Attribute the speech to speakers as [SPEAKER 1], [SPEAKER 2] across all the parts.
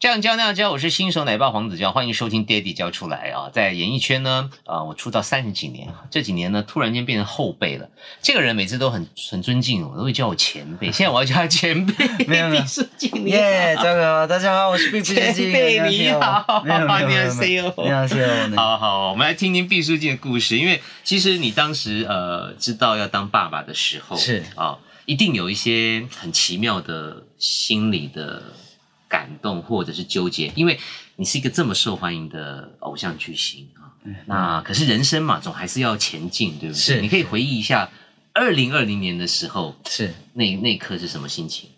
[SPEAKER 1] 这样教那样教，我是新手奶爸黄子教，欢迎收听爹地教出来啊！在演艺圈呢，啊，我出道三十几年，这几年呢，突然间变成后辈了。这个人每次都很很尊敬我，都会叫我前辈，现在我要叫他前辈。
[SPEAKER 2] 没有没有
[SPEAKER 1] 毕书尽你
[SPEAKER 2] 耶，
[SPEAKER 1] 好，
[SPEAKER 2] 大家好，大家好，我是毕毕
[SPEAKER 1] 前辈你好，
[SPEAKER 2] 没有没有没有没有，你好，谢谢我呢。
[SPEAKER 1] 好好，我们来听听毕书尽的故事，因为其实你当时呃知道要当爸爸的时候，
[SPEAKER 2] 是
[SPEAKER 1] 啊、一定有一些很奇妙的心理的感动或者是纠结，因为你是一个这么受欢迎的偶像巨星啊、那可是人生嘛，总还是要前进，对不对？
[SPEAKER 2] 嗯是
[SPEAKER 1] 你可以回忆一下二零二零年的时候，
[SPEAKER 2] 是，
[SPEAKER 1] 那那一刻是什么心情？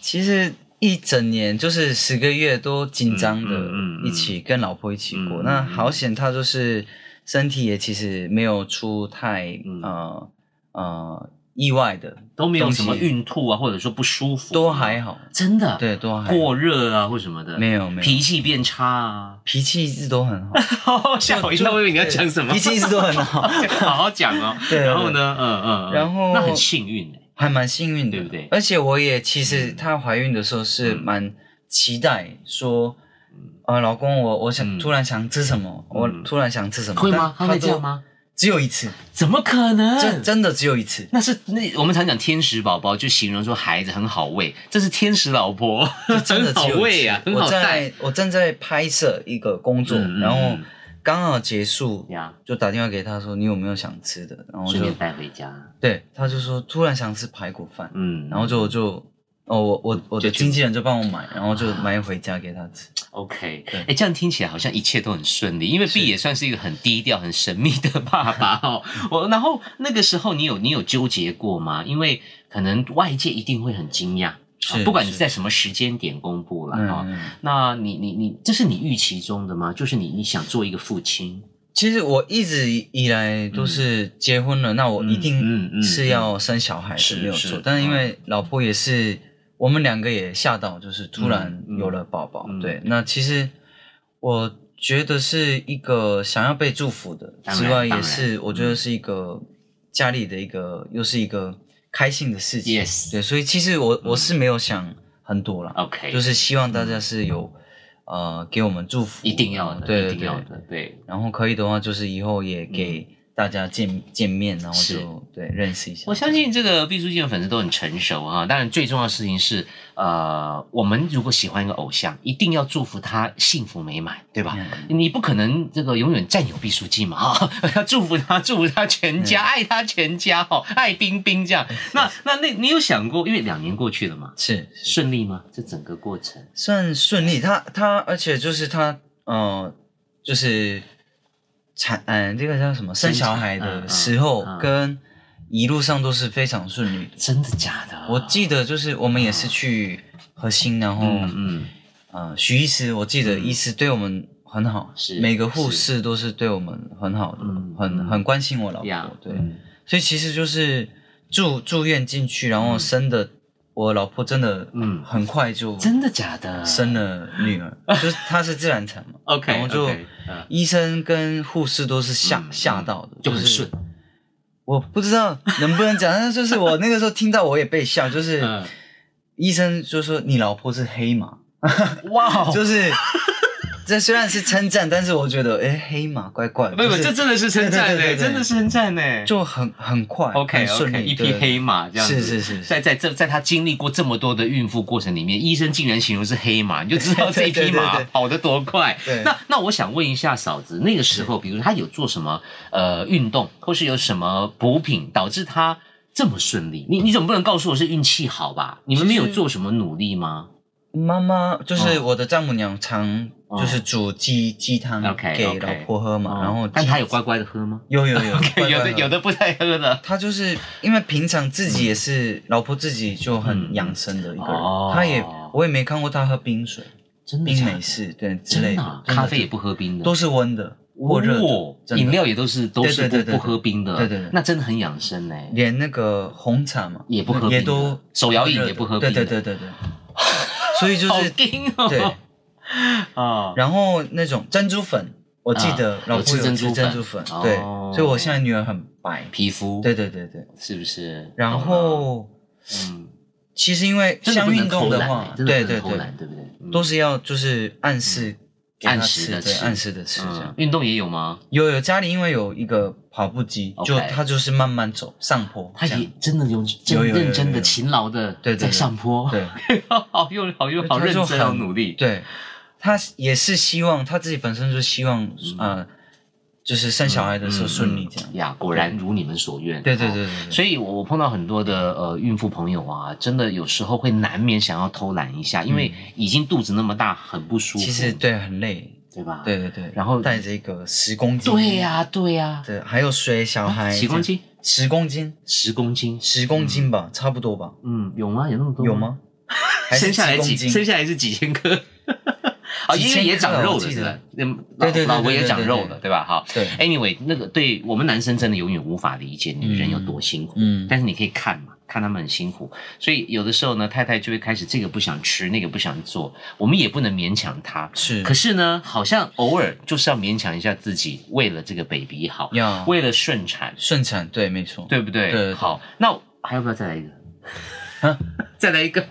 [SPEAKER 2] 其实一整年就是十个月都紧张的，
[SPEAKER 1] 嗯嗯嗯嗯
[SPEAKER 2] 一起跟老婆一起
[SPEAKER 1] 嗯
[SPEAKER 2] 过。
[SPEAKER 1] 嗯
[SPEAKER 2] 那
[SPEAKER 1] 嗯
[SPEAKER 2] 好险，她就是身体也其实没有出太、
[SPEAKER 1] 嗯
[SPEAKER 2] 呃呃意外的，
[SPEAKER 1] 都没有什么
[SPEAKER 2] 东西
[SPEAKER 1] 孕吐啊，或者说不舒服，
[SPEAKER 2] 都还好，
[SPEAKER 1] 真的，
[SPEAKER 2] 对，都还好
[SPEAKER 1] 过热啊或什么的，
[SPEAKER 2] 没有没有
[SPEAKER 1] 脾气变差 啊。
[SPEAKER 2] 脾气一直都很好，
[SPEAKER 1] 吓我一跳，我以为你要讲什 么，，
[SPEAKER 2] 脾气一直都很好
[SPEAKER 1] 好好讲哦。
[SPEAKER 2] 对
[SPEAKER 1] 然后呢，嗯嗯，嗯
[SPEAKER 2] 然后
[SPEAKER 1] 那很幸运哎，
[SPEAKER 2] 还蛮幸运的，
[SPEAKER 1] 对不对
[SPEAKER 2] 而且我也其实
[SPEAKER 1] 嗯
[SPEAKER 2] 她怀孕的时候是
[SPEAKER 1] 嗯
[SPEAKER 2] 蛮期待说。啊，老公，我我
[SPEAKER 1] 嗯
[SPEAKER 2] 想突然想吃什么，我突然想吃什么，
[SPEAKER 1] 会吗？他
[SPEAKER 2] 但
[SPEAKER 1] 会
[SPEAKER 2] 都
[SPEAKER 1] 这样？吗？嗯
[SPEAKER 2] 只有一次，
[SPEAKER 1] 怎么可
[SPEAKER 2] 真
[SPEAKER 1] 能？
[SPEAKER 2] 真的只有一次。
[SPEAKER 1] 那是那我们常讲天使宝宝，就形容说孩子很好喂，这是天使老婆，
[SPEAKER 2] 真的
[SPEAKER 1] 很好
[SPEAKER 2] 只有一
[SPEAKER 1] 喂
[SPEAKER 2] 次。
[SPEAKER 1] 啊，很
[SPEAKER 2] 我
[SPEAKER 1] 好带
[SPEAKER 2] 在我正在拍摄一个工作，
[SPEAKER 1] 嗯嗯
[SPEAKER 2] 然后
[SPEAKER 1] 嗯
[SPEAKER 2] 刚好结束，
[SPEAKER 1] 呀，
[SPEAKER 2] 就打电话给他说你有没有想吃的，然后
[SPEAKER 1] 顺
[SPEAKER 2] 就
[SPEAKER 1] 便带回家，
[SPEAKER 2] 对，他就说突然想吃排骨饭，
[SPEAKER 1] 嗯，
[SPEAKER 2] 然后就就哦我我我
[SPEAKER 1] 就
[SPEAKER 2] 的
[SPEAKER 1] 去啊
[SPEAKER 2] 经纪人就帮我买，然后就买回家给他吃。
[SPEAKER 1] OK，
[SPEAKER 2] 对
[SPEAKER 1] 哎、这样听起来好像一切都很顺利，因为 B
[SPEAKER 2] 是
[SPEAKER 1] 也算是一个很低调、很神秘的爸 爸哦。我然后那个时候你有你有纠结过吗？因为可能外界一定会很惊讶，
[SPEAKER 2] 是
[SPEAKER 1] 啊不管你
[SPEAKER 2] 是
[SPEAKER 1] 在什么时间点公布了啊、
[SPEAKER 2] 嗯，
[SPEAKER 1] 那你你你，这是你预期中的吗？就是你你想做一个父亲，
[SPEAKER 2] 其实我一直以来都是结婚了，那我一
[SPEAKER 1] 嗯嗯嗯嗯
[SPEAKER 2] 定是要生小孩是没有
[SPEAKER 1] 是
[SPEAKER 2] 错
[SPEAKER 1] 是。嗯
[SPEAKER 2] 但是因为老婆也是，我们两个也吓到，就是突然
[SPEAKER 1] 嗯嗯
[SPEAKER 2] 有了宝宝
[SPEAKER 1] 嗯。
[SPEAKER 2] 对，那其实我觉得是一个想要被祝福的
[SPEAKER 1] 当然
[SPEAKER 2] 之
[SPEAKER 1] 当
[SPEAKER 2] 外，
[SPEAKER 1] 然
[SPEAKER 2] 也是我觉得是一个家里的一个，又是一个开心的事情。
[SPEAKER 1] Yes 嗯
[SPEAKER 2] 对，所以其实我我是没有想很多啦，
[SPEAKER 1] OK，
[SPEAKER 2] 就是希望大家是有呃给我们祝福，
[SPEAKER 1] 一定要的，
[SPEAKER 2] 对
[SPEAKER 1] 一
[SPEAKER 2] 对
[SPEAKER 1] 定
[SPEAKER 2] 对
[SPEAKER 1] 要。的，对。
[SPEAKER 2] 然后可以的话，就是以后也给大家见、见面，然后
[SPEAKER 1] 嗯是
[SPEAKER 2] 就对认识一下。
[SPEAKER 1] 我相信这个毕书尽的粉丝都很成熟哈、当然，最重要的事情是，呃，我们如果喜欢一个偶像，一定要祝福他幸福美满，对吧？
[SPEAKER 2] 嗯
[SPEAKER 1] 你不可能这个永远占有毕书尽嘛哈， 要祝福他，祝福他全
[SPEAKER 2] 嗯
[SPEAKER 1] 家，爱他全家哈、爱冰冰这样。那那那，你有想过，因为两年过去了嘛，
[SPEAKER 2] 是
[SPEAKER 1] 顺利吗？这整个过程，
[SPEAKER 2] 算顺利，他他而且就是他呃，就是产嗯、这个叫什么生小孩
[SPEAKER 1] 嗯嗯
[SPEAKER 2] 的时候、
[SPEAKER 1] 嗯
[SPEAKER 2] 跟一路上都是非常顺利的。
[SPEAKER 1] 真的假的？
[SPEAKER 2] 我记得就是我们也是去核心，然后、
[SPEAKER 1] 嗯嗯，
[SPEAKER 2] 呃徐医师，我记得
[SPEAKER 1] 嗯
[SPEAKER 2] 医师对我们很好，
[SPEAKER 1] 是
[SPEAKER 2] 每个护士都是对我们很好的，
[SPEAKER 1] 嗯嗯
[SPEAKER 2] 很很关心我老婆，
[SPEAKER 1] 呀，
[SPEAKER 2] 对。
[SPEAKER 1] 嗯
[SPEAKER 2] 所以其实就是住住院进去，然后生的，我老婆真的，
[SPEAKER 1] 嗯
[SPEAKER 2] 很快就
[SPEAKER 1] 真的假的？
[SPEAKER 2] 生了 女儿，就是她是自然产嘛。
[SPEAKER 1] OK，
[SPEAKER 2] 然后就
[SPEAKER 1] OK，嗯
[SPEAKER 2] 医生跟护士都是吓
[SPEAKER 1] 嗯
[SPEAKER 2] 吓到的，
[SPEAKER 1] 就很
[SPEAKER 2] 是
[SPEAKER 1] 顺。
[SPEAKER 2] 我不知道能不能讲，但是就是我那个时候听到我也 被笑，就是
[SPEAKER 1] 嗯
[SPEAKER 2] 医生就说你老婆是黑马，
[SPEAKER 1] 哇哦，
[SPEAKER 2] 就是。这虽然是称赞，但是我觉得，哎，黑马怪怪的，
[SPEAKER 1] 不不，
[SPEAKER 2] 就是
[SPEAKER 1] 这真的是称赞
[SPEAKER 2] 对
[SPEAKER 1] 呢，
[SPEAKER 2] 对对对对
[SPEAKER 1] 真的是称赞呢。
[SPEAKER 2] 就很很快
[SPEAKER 1] OK
[SPEAKER 2] 很顺
[SPEAKER 1] OK，
[SPEAKER 2] 利，
[SPEAKER 1] 一匹
[SPEAKER 2] 对
[SPEAKER 1] 黑马这样子。
[SPEAKER 2] 是是是是
[SPEAKER 1] 在在这在他经历过这么多的孕妇过程里面，医生竟然形容是黑马，你就知道这一匹
[SPEAKER 2] 对对对
[SPEAKER 1] 马
[SPEAKER 2] 对
[SPEAKER 1] 跑得多快
[SPEAKER 2] 对。
[SPEAKER 1] 那那我想问一下嫂子，那个时候，比如她有做什么呃运动，或是有什么补品导致她这么顺利？你你总不能告诉我是运气好吧？你们没有做什么努力吗？
[SPEAKER 2] 妈妈就是
[SPEAKER 1] 哦
[SPEAKER 2] 我的丈母娘，常就是煮鸡鸡汤
[SPEAKER 1] OK，OK 哦
[SPEAKER 2] 给老婆喝嘛，嗯然后
[SPEAKER 1] 嗯但她有乖乖的喝吗？
[SPEAKER 2] 有 有有
[SPEAKER 1] 有的有
[SPEAKER 2] 的，
[SPEAKER 1] 的不太喝的。
[SPEAKER 2] 她就是因为平常自己也是老婆自己就很养生的一个
[SPEAKER 1] 嗯哦
[SPEAKER 2] 人，她也我也没看过她喝冰水、
[SPEAKER 1] 真的
[SPEAKER 2] 冰
[SPEAKER 1] 假的
[SPEAKER 2] 美式对之类
[SPEAKER 1] 真的啊
[SPEAKER 2] 的，，真的
[SPEAKER 1] 咖啡也不喝冰的，
[SPEAKER 2] 都是温的或热
[SPEAKER 1] 哦
[SPEAKER 2] 的，
[SPEAKER 1] 饮
[SPEAKER 2] 饮料
[SPEAKER 1] 料也都是都是
[SPEAKER 2] 对对
[SPEAKER 1] 不
[SPEAKER 2] 对对
[SPEAKER 1] 不喝冰的，
[SPEAKER 2] 对对对
[SPEAKER 1] 那真的很养生呢。
[SPEAKER 2] 连那个红茶嘛
[SPEAKER 1] 也不喝冰的
[SPEAKER 2] 也都
[SPEAKER 1] 手摇饮也不喝冰的
[SPEAKER 2] 对对对对对，所以就
[SPEAKER 1] 好
[SPEAKER 2] 是
[SPEAKER 1] 冰哦，
[SPEAKER 2] 对。
[SPEAKER 1] 啊，
[SPEAKER 2] 然后那种珍珠粉，我记得
[SPEAKER 1] 啊
[SPEAKER 2] 老
[SPEAKER 1] 有
[SPEAKER 2] 婆
[SPEAKER 1] 吃
[SPEAKER 2] 有
[SPEAKER 1] 珍
[SPEAKER 2] 吃
[SPEAKER 1] 珠粉
[SPEAKER 2] 珍珠粉，
[SPEAKER 1] 哦
[SPEAKER 2] 对，所以我现在女儿很白。
[SPEAKER 1] 皮肤
[SPEAKER 2] 对对对对，
[SPEAKER 1] 是不是？
[SPEAKER 2] 然后
[SPEAKER 1] 懂了嗯
[SPEAKER 2] 其实因为
[SPEAKER 1] 真的
[SPEAKER 2] 像
[SPEAKER 1] 不能
[SPEAKER 2] 运动
[SPEAKER 1] 偷
[SPEAKER 2] 的
[SPEAKER 1] 懒
[SPEAKER 2] 话
[SPEAKER 1] 欸，真
[SPEAKER 2] 对
[SPEAKER 1] 的不
[SPEAKER 2] 对
[SPEAKER 1] 能偷
[SPEAKER 2] 对，
[SPEAKER 1] 懒，对不对？嗯
[SPEAKER 2] 都是要就是按时给他
[SPEAKER 1] 按时的
[SPEAKER 2] 对
[SPEAKER 1] 吃
[SPEAKER 2] 按时的吃这样
[SPEAKER 1] 嗯。运动也有吗？
[SPEAKER 2] 有有家里因为有一个跑步机，
[SPEAKER 1] OK
[SPEAKER 2] 就他就是慢慢走上坡，
[SPEAKER 1] 他
[SPEAKER 2] 这
[SPEAKER 1] 也
[SPEAKER 2] 样
[SPEAKER 1] 真的有真
[SPEAKER 2] 有有有
[SPEAKER 1] 认真
[SPEAKER 2] 有
[SPEAKER 1] 的、
[SPEAKER 2] 有
[SPEAKER 1] 勤劳的
[SPEAKER 2] 对对
[SPEAKER 1] 在
[SPEAKER 2] 对
[SPEAKER 1] 上坡，
[SPEAKER 2] 对
[SPEAKER 1] 好用好用好
[SPEAKER 2] 他
[SPEAKER 1] 认
[SPEAKER 2] 就
[SPEAKER 1] 真好
[SPEAKER 2] 很
[SPEAKER 1] 努力，
[SPEAKER 2] 对，他也是希望他自己本身就希望呃，就是生小孩的时候顺利这样
[SPEAKER 1] 嗯。呀，果然如你们所愿，
[SPEAKER 2] 对对
[SPEAKER 1] 哦
[SPEAKER 2] 对对对，
[SPEAKER 1] 所以我我碰到很多的呃孕妇朋友啊，真的有时候会难免想要偷懒一下，因为已经肚子那么大，很不舒服，
[SPEAKER 2] 嗯其实对很累，
[SPEAKER 1] 对吧？
[SPEAKER 2] 对对对。
[SPEAKER 1] 然后
[SPEAKER 2] 带着一个十公斤，
[SPEAKER 1] 啊对呀、对呀、
[SPEAKER 2] 对，还有水小孩
[SPEAKER 1] 几公，斤？
[SPEAKER 2] 十公斤，
[SPEAKER 1] 十公斤？
[SPEAKER 2] 十公斤吧，差不多吧，
[SPEAKER 1] 嗯，有吗？有那么多？
[SPEAKER 2] 有？吗？ 还
[SPEAKER 1] 嗯
[SPEAKER 2] 是
[SPEAKER 1] 生下来
[SPEAKER 2] 几公
[SPEAKER 1] 几？
[SPEAKER 2] 斤
[SPEAKER 1] 生下来是几千 颗？啊，
[SPEAKER 2] 几
[SPEAKER 1] 因
[SPEAKER 2] 千
[SPEAKER 1] 为也
[SPEAKER 2] 克
[SPEAKER 1] 长
[SPEAKER 2] 我
[SPEAKER 1] 肉了，
[SPEAKER 2] 记
[SPEAKER 1] 是
[SPEAKER 2] 得
[SPEAKER 1] 吧？嗯，
[SPEAKER 2] 对
[SPEAKER 1] 老
[SPEAKER 2] 对对
[SPEAKER 1] 老
[SPEAKER 2] 对
[SPEAKER 1] 婆也
[SPEAKER 2] 对
[SPEAKER 1] 长
[SPEAKER 2] 对
[SPEAKER 1] 肉
[SPEAKER 2] 对
[SPEAKER 1] 了，对吧？好。
[SPEAKER 2] 对，
[SPEAKER 1] Anyway，那个对我们男生真的永远无法理解女人有多辛苦，
[SPEAKER 2] 嗯嗯
[SPEAKER 1] 但是你可以看嘛，看他们很辛苦，所以有的时候呢，太太就会开始这个不想吃，那个不想做，我们也不能勉强她。
[SPEAKER 2] 是，
[SPEAKER 1] 可是呢，好像偶尔就是要勉强一下自己，为了这个 baby 好，
[SPEAKER 2] 要
[SPEAKER 1] 为了顺产，
[SPEAKER 2] 顺产，对，没错，
[SPEAKER 1] 对不对？
[SPEAKER 2] 对对
[SPEAKER 1] 好，那还要不要再来一个？ 再来一个，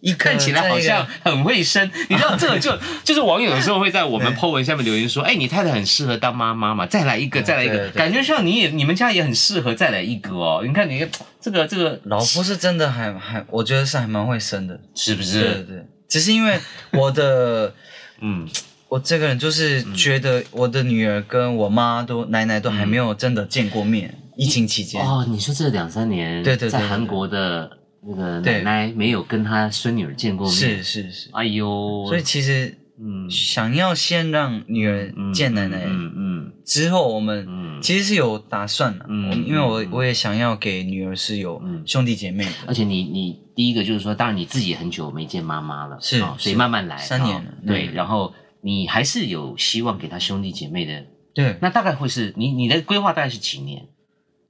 [SPEAKER 2] 一个
[SPEAKER 1] 看起呃来好像很会 生，你知道这个就就是网友有时候会在我 们 po 文下面留言说，哎，你太太很适合当妈妈嘛，再来一个，
[SPEAKER 2] 嗯
[SPEAKER 1] 再来一
[SPEAKER 2] 对
[SPEAKER 1] 个，
[SPEAKER 2] 对对
[SPEAKER 1] 感觉上你也你们家也很适合再来一个哦。你看你这个这个
[SPEAKER 2] 老婆是真的还还，我觉得是还蛮会生的，
[SPEAKER 1] 是不
[SPEAKER 2] 对对
[SPEAKER 1] 是？
[SPEAKER 2] 对，只是因为我的
[SPEAKER 1] 嗯，
[SPEAKER 2] 我这个人就是觉得我的女儿跟我妈都奶奶都还没有真的见过面，疫情期间，
[SPEAKER 1] 嗯哦，你说这两三年
[SPEAKER 2] 对对对
[SPEAKER 1] 在韩国的那个奶
[SPEAKER 2] 对
[SPEAKER 1] 奶没有跟她孙女儿见过面，
[SPEAKER 2] 是是是，
[SPEAKER 1] 哎呦，
[SPEAKER 2] 所以其实
[SPEAKER 1] 嗯
[SPEAKER 2] 想要先让女儿
[SPEAKER 1] 嗯
[SPEAKER 2] 见奶奶，
[SPEAKER 1] 嗯嗯
[SPEAKER 2] 之后我们
[SPEAKER 1] 嗯，
[SPEAKER 2] 其实是有打算的，
[SPEAKER 1] 嗯
[SPEAKER 2] 我因为我
[SPEAKER 1] 嗯
[SPEAKER 2] 我也想要给女儿是有
[SPEAKER 1] 嗯
[SPEAKER 2] 兄弟姐妹
[SPEAKER 1] 而
[SPEAKER 2] 的，
[SPEAKER 1] 且你你第一个就是说，当然你自己很久没见妈妈了，
[SPEAKER 2] 是
[SPEAKER 1] 啊所以
[SPEAKER 2] 是
[SPEAKER 1] 慢慢来，
[SPEAKER 2] 三年
[SPEAKER 1] 啊
[SPEAKER 2] 了
[SPEAKER 1] 对，
[SPEAKER 2] 嗯
[SPEAKER 1] 然后你还是有希望给他兄弟姐妹的，
[SPEAKER 2] 对，
[SPEAKER 1] 那大概会是你你的规划大概是几年？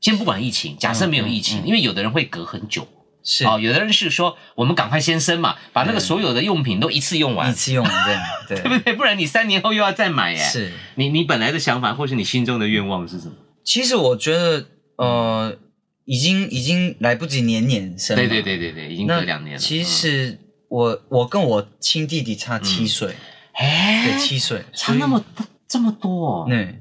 [SPEAKER 1] 先不管疫情，假设没有疫情，
[SPEAKER 2] 嗯嗯
[SPEAKER 1] 因为有的人会隔很久
[SPEAKER 2] 是
[SPEAKER 1] 啊、有的人是说我们赶快先生嘛，把那个
[SPEAKER 2] 嗯
[SPEAKER 1] 所有的用品都一次用完
[SPEAKER 2] 一，次用完 这样，对
[SPEAKER 1] 对不对？不然你三年后又要再买耶。
[SPEAKER 2] 是。
[SPEAKER 1] 你你本来的想法或是你心中的愿望是什么？
[SPEAKER 2] 其实我觉得，呃，已经已经来不及年年生了。
[SPEAKER 1] 对对对对对，已经
[SPEAKER 2] 那
[SPEAKER 1] 隔两年了。嗯
[SPEAKER 2] 其实我我跟我亲弟弟差
[SPEAKER 1] 嗯
[SPEAKER 2] 七岁，
[SPEAKER 1] 哎、
[SPEAKER 2] 对七岁，
[SPEAKER 1] 差那么多这么多、哦，
[SPEAKER 2] 所以对，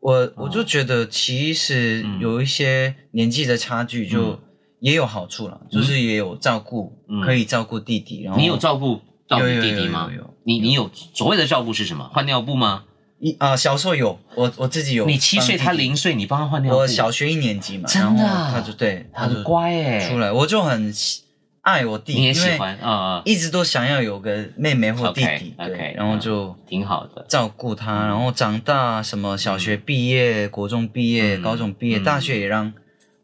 [SPEAKER 2] 我我就觉得其实有一些年纪的差距就
[SPEAKER 1] 嗯
[SPEAKER 2] 也有好处了，就是也有照顾，
[SPEAKER 1] 嗯
[SPEAKER 2] 可以照顾弟弟。然后
[SPEAKER 1] 你有照顾照顾
[SPEAKER 2] 有有有
[SPEAKER 1] 弟弟吗
[SPEAKER 2] 哦有有有？
[SPEAKER 1] 你你有所谓的照顾是什么？换尿布吗？
[SPEAKER 2] 一啊、小时候有我我自己有帮弟
[SPEAKER 1] 你
[SPEAKER 2] 弟，
[SPEAKER 1] 七岁，他零岁，你帮他换尿布，
[SPEAKER 2] 我小学一年级嘛，
[SPEAKER 1] 真的
[SPEAKER 2] 然
[SPEAKER 1] 啊
[SPEAKER 2] 后他就对他
[SPEAKER 1] 很
[SPEAKER 2] 就
[SPEAKER 1] 乖哎，
[SPEAKER 2] 出来，我就很喜爱我弟，
[SPEAKER 1] 你也
[SPEAKER 2] 因
[SPEAKER 1] 喜
[SPEAKER 2] 为
[SPEAKER 1] 欢啊，啊
[SPEAKER 2] 一直都想要有个妹妹或弟弟
[SPEAKER 1] OK，OK，嗯，
[SPEAKER 2] 对然后就
[SPEAKER 1] 挺好的。
[SPEAKER 2] 照顾他，
[SPEAKER 1] 嗯
[SPEAKER 2] 然后长大什么小学毕业、国中毕业、
[SPEAKER 1] 嗯
[SPEAKER 2] 高中毕业、
[SPEAKER 1] 嗯
[SPEAKER 2] 大学也让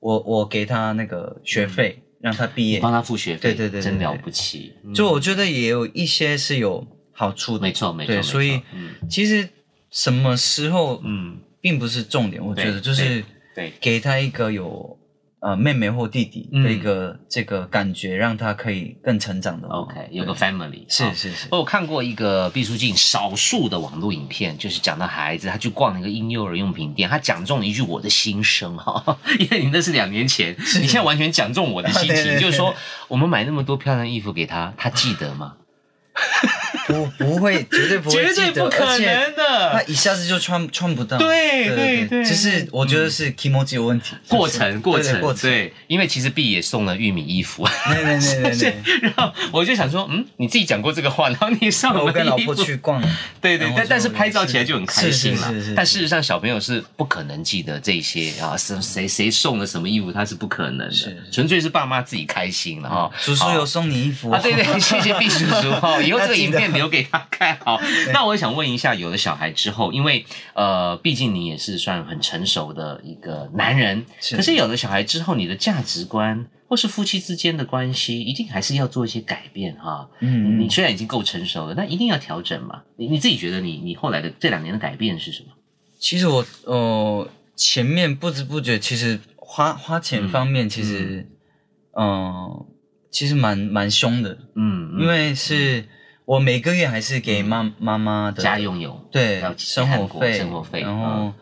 [SPEAKER 2] 我我给他那个学费，
[SPEAKER 1] 嗯
[SPEAKER 2] 让他毕业。
[SPEAKER 1] 帮他付学费，
[SPEAKER 2] 对对对对
[SPEAKER 1] 真了不起。嗯
[SPEAKER 2] 就我觉得也有一些是有好处的
[SPEAKER 1] 没，错没错，
[SPEAKER 2] 对
[SPEAKER 1] 没错
[SPEAKER 2] 所以
[SPEAKER 1] 嗯
[SPEAKER 2] 其实什么时候
[SPEAKER 1] 嗯，
[SPEAKER 2] 并不是重点，我觉
[SPEAKER 1] 对
[SPEAKER 2] 得就是
[SPEAKER 1] 对
[SPEAKER 2] 给他一个有。呃，妹妹或弟弟的一个、这个感觉，让他可以更成长的。
[SPEAKER 1] 嗯，OK，有个
[SPEAKER 2] 对
[SPEAKER 1] family
[SPEAKER 2] 是
[SPEAKER 1] 好
[SPEAKER 2] 是是，
[SPEAKER 1] 哦我有看过一个毕书尽少数的网络影片，就是讲到孩子，他去逛那个婴幼儿用品店，他讲中了一句我的心声哈， 因为你那是两年前，你现在完全讲中我的心
[SPEAKER 2] 对对
[SPEAKER 1] 情，
[SPEAKER 2] 对
[SPEAKER 1] 就是说我们买那么多漂亮衣服给他，他记得吗？
[SPEAKER 2] 不不会，绝对不会
[SPEAKER 1] 绝
[SPEAKER 2] 记得，
[SPEAKER 1] 对不可
[SPEAKER 2] 而且
[SPEAKER 1] 能
[SPEAKER 2] 他
[SPEAKER 1] 的。
[SPEAKER 2] 一下子就穿穿不到。
[SPEAKER 1] 呃对对对
[SPEAKER 2] 只是我觉得是 emoji 有问题，
[SPEAKER 1] 嗯过程，过
[SPEAKER 2] 对
[SPEAKER 1] 程，
[SPEAKER 2] 对过程
[SPEAKER 1] 对，因为其实 B 也送了玉米衣服，
[SPEAKER 2] 对对对对对。
[SPEAKER 1] 然后我就想说，嗯，你自己讲过这个话，然后你上了
[SPEAKER 2] 我跟
[SPEAKER 1] 衣
[SPEAKER 2] 老
[SPEAKER 1] 服
[SPEAKER 2] 婆去逛，
[SPEAKER 1] 对对
[SPEAKER 2] 然，后
[SPEAKER 1] 但
[SPEAKER 2] 就
[SPEAKER 1] 但是拍照起来就很开心了
[SPEAKER 2] 是是是是。
[SPEAKER 1] 但事实上，小朋友是不可能记得这些啊，是谁谁送了什么衣服，他是不可能的
[SPEAKER 2] 是，是
[SPEAKER 1] 纯粹是爸妈自己开心了哈。
[SPEAKER 2] 叔叔有送你衣服
[SPEAKER 1] 啊，对对，谢 谢毕叔叔哈，以后这个影片留给他看好。 那我想问一下，有了小孩之后，因为呃，毕竟你也是算很成熟的一个男人，
[SPEAKER 2] 是
[SPEAKER 1] 可是有了小孩之后，你的价值观或是夫妻之间的关系，一定还是要做一些改变哈。
[SPEAKER 2] 嗯
[SPEAKER 1] 你虽然已经够成熟了，但一定要调整嘛。你你自己觉得你你后来的这两年的改变是什么？
[SPEAKER 2] 其实我呃前面不知不觉，其实花花钱方面其实，嗯，其实蛮蛮凶的，
[SPEAKER 1] 嗯，
[SPEAKER 2] 因为是我每个月还是给妈妈妈的
[SPEAKER 1] 家用有
[SPEAKER 2] 对
[SPEAKER 1] 要去
[SPEAKER 2] 生
[SPEAKER 1] 韩
[SPEAKER 2] 活
[SPEAKER 1] 国
[SPEAKER 2] 费，
[SPEAKER 1] 生活费
[SPEAKER 2] 然
[SPEAKER 1] 嗯
[SPEAKER 2] 后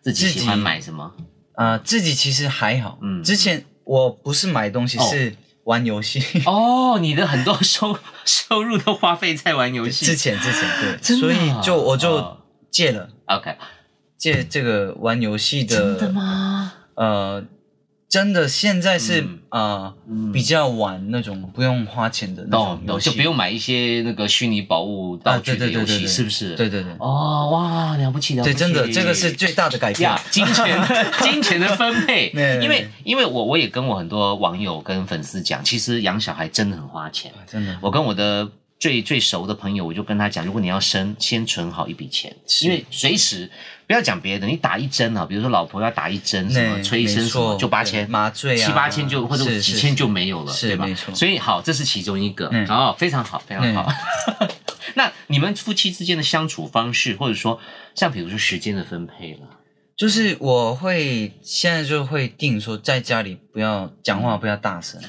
[SPEAKER 1] 自己喜欢
[SPEAKER 2] 呃自己
[SPEAKER 1] 买什么？
[SPEAKER 2] 啊，自己其实还好。
[SPEAKER 1] 嗯
[SPEAKER 2] 之前我不是买东西，
[SPEAKER 1] 哦
[SPEAKER 2] 是玩游戏。
[SPEAKER 1] 哦，你的很多收 收入都花费在玩游
[SPEAKER 2] 之
[SPEAKER 1] 戏。
[SPEAKER 2] 前之前对，
[SPEAKER 1] 真的
[SPEAKER 2] 所
[SPEAKER 1] 啊
[SPEAKER 2] 以就我就
[SPEAKER 1] 哦
[SPEAKER 2] 戒了，
[SPEAKER 1] OK，
[SPEAKER 2] 戒这个玩游戏的。
[SPEAKER 1] 吗？
[SPEAKER 2] 呃，真的现在是
[SPEAKER 1] 嗯
[SPEAKER 2] 呃
[SPEAKER 1] 嗯
[SPEAKER 2] 比较玩那种不用花钱的那种
[SPEAKER 1] 懂
[SPEAKER 2] 游
[SPEAKER 1] 懂，
[SPEAKER 2] 戏，
[SPEAKER 1] 就不用买一些那个虚拟宝物
[SPEAKER 2] 啊
[SPEAKER 1] 道
[SPEAKER 2] 对
[SPEAKER 1] 具的
[SPEAKER 2] 对对
[SPEAKER 1] 游
[SPEAKER 2] 对
[SPEAKER 1] 戏，
[SPEAKER 2] 对
[SPEAKER 1] 是不是？
[SPEAKER 2] 对对对
[SPEAKER 1] 哦，哇，了不起了不
[SPEAKER 2] 对，
[SPEAKER 1] 起！
[SPEAKER 2] 真的这个是最大的改变
[SPEAKER 1] 呀。，金 钱金钱的分配
[SPEAKER 2] 对对，对
[SPEAKER 1] 因为因为我我也跟我很多网友跟粉丝讲，其实养小孩真的很花钱。
[SPEAKER 2] 啊真的，
[SPEAKER 1] 我跟我的最最熟的朋友，我就跟他讲，如果你要生，先存好一笔钱，因为随时不要讲别的，你打一针啊，比如说老婆要打一针什么，
[SPEAKER 2] 对
[SPEAKER 1] 催一针什
[SPEAKER 2] 没
[SPEAKER 1] 么，
[SPEAKER 2] 错
[SPEAKER 1] 就八千
[SPEAKER 2] 对麻醉啊
[SPEAKER 1] 七八千就或者
[SPEAKER 2] 是
[SPEAKER 1] 几
[SPEAKER 2] 是
[SPEAKER 1] 千就没有了，
[SPEAKER 2] 是
[SPEAKER 1] 对吧
[SPEAKER 2] 没？错
[SPEAKER 1] 所以好，这是其中一个
[SPEAKER 2] 嗯，
[SPEAKER 1] 哦，非常好，非常好。 那你们夫妻之间的相处方式，或者说像比如说时间的分配了，
[SPEAKER 2] 就是我会现在就会定说在家里不要讲
[SPEAKER 1] 嗯
[SPEAKER 2] 话，不要大声，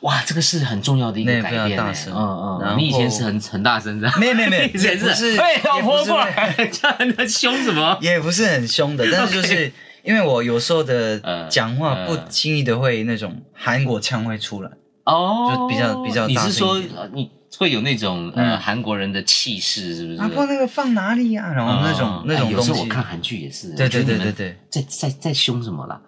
[SPEAKER 1] 哇，这个是很重要的一个
[SPEAKER 2] 那
[SPEAKER 1] 改
[SPEAKER 2] 不要
[SPEAKER 1] 变欸，
[SPEAKER 2] 大声
[SPEAKER 1] 嗯嗯，
[SPEAKER 2] 然后
[SPEAKER 1] 你以前是很很大声的，
[SPEAKER 2] 没有 没有没有，
[SPEAKER 1] 以前
[SPEAKER 2] 也不是，
[SPEAKER 1] 哎，
[SPEAKER 2] 也
[SPEAKER 1] 老
[SPEAKER 2] 不
[SPEAKER 1] 婆
[SPEAKER 2] 是
[SPEAKER 1] 过 来，这样的凶什么？
[SPEAKER 2] 也不是很凶的，但是就是因为我有时候的
[SPEAKER 1] 呃
[SPEAKER 2] 讲话
[SPEAKER 1] 呃
[SPEAKER 2] 不经意的会那种韩国腔会出来，
[SPEAKER 1] 哦，
[SPEAKER 2] 就比较比较
[SPEAKER 1] 你
[SPEAKER 2] 大
[SPEAKER 1] 是
[SPEAKER 2] 声
[SPEAKER 1] 说
[SPEAKER 2] 一点
[SPEAKER 1] 呃你会有那种呃韩国人的气势，是不是？
[SPEAKER 2] 啊，不那个放哪里呀？然后那种
[SPEAKER 1] 哦
[SPEAKER 2] 那
[SPEAKER 1] 哎
[SPEAKER 2] 种
[SPEAKER 1] 有
[SPEAKER 2] 东
[SPEAKER 1] 时候我
[SPEAKER 2] 西，
[SPEAKER 1] 看韩剧也是，
[SPEAKER 2] 对对
[SPEAKER 1] 我觉得
[SPEAKER 2] 对
[SPEAKER 1] 你
[SPEAKER 2] 对
[SPEAKER 1] 们
[SPEAKER 2] 对，
[SPEAKER 1] 在在在凶什么啦？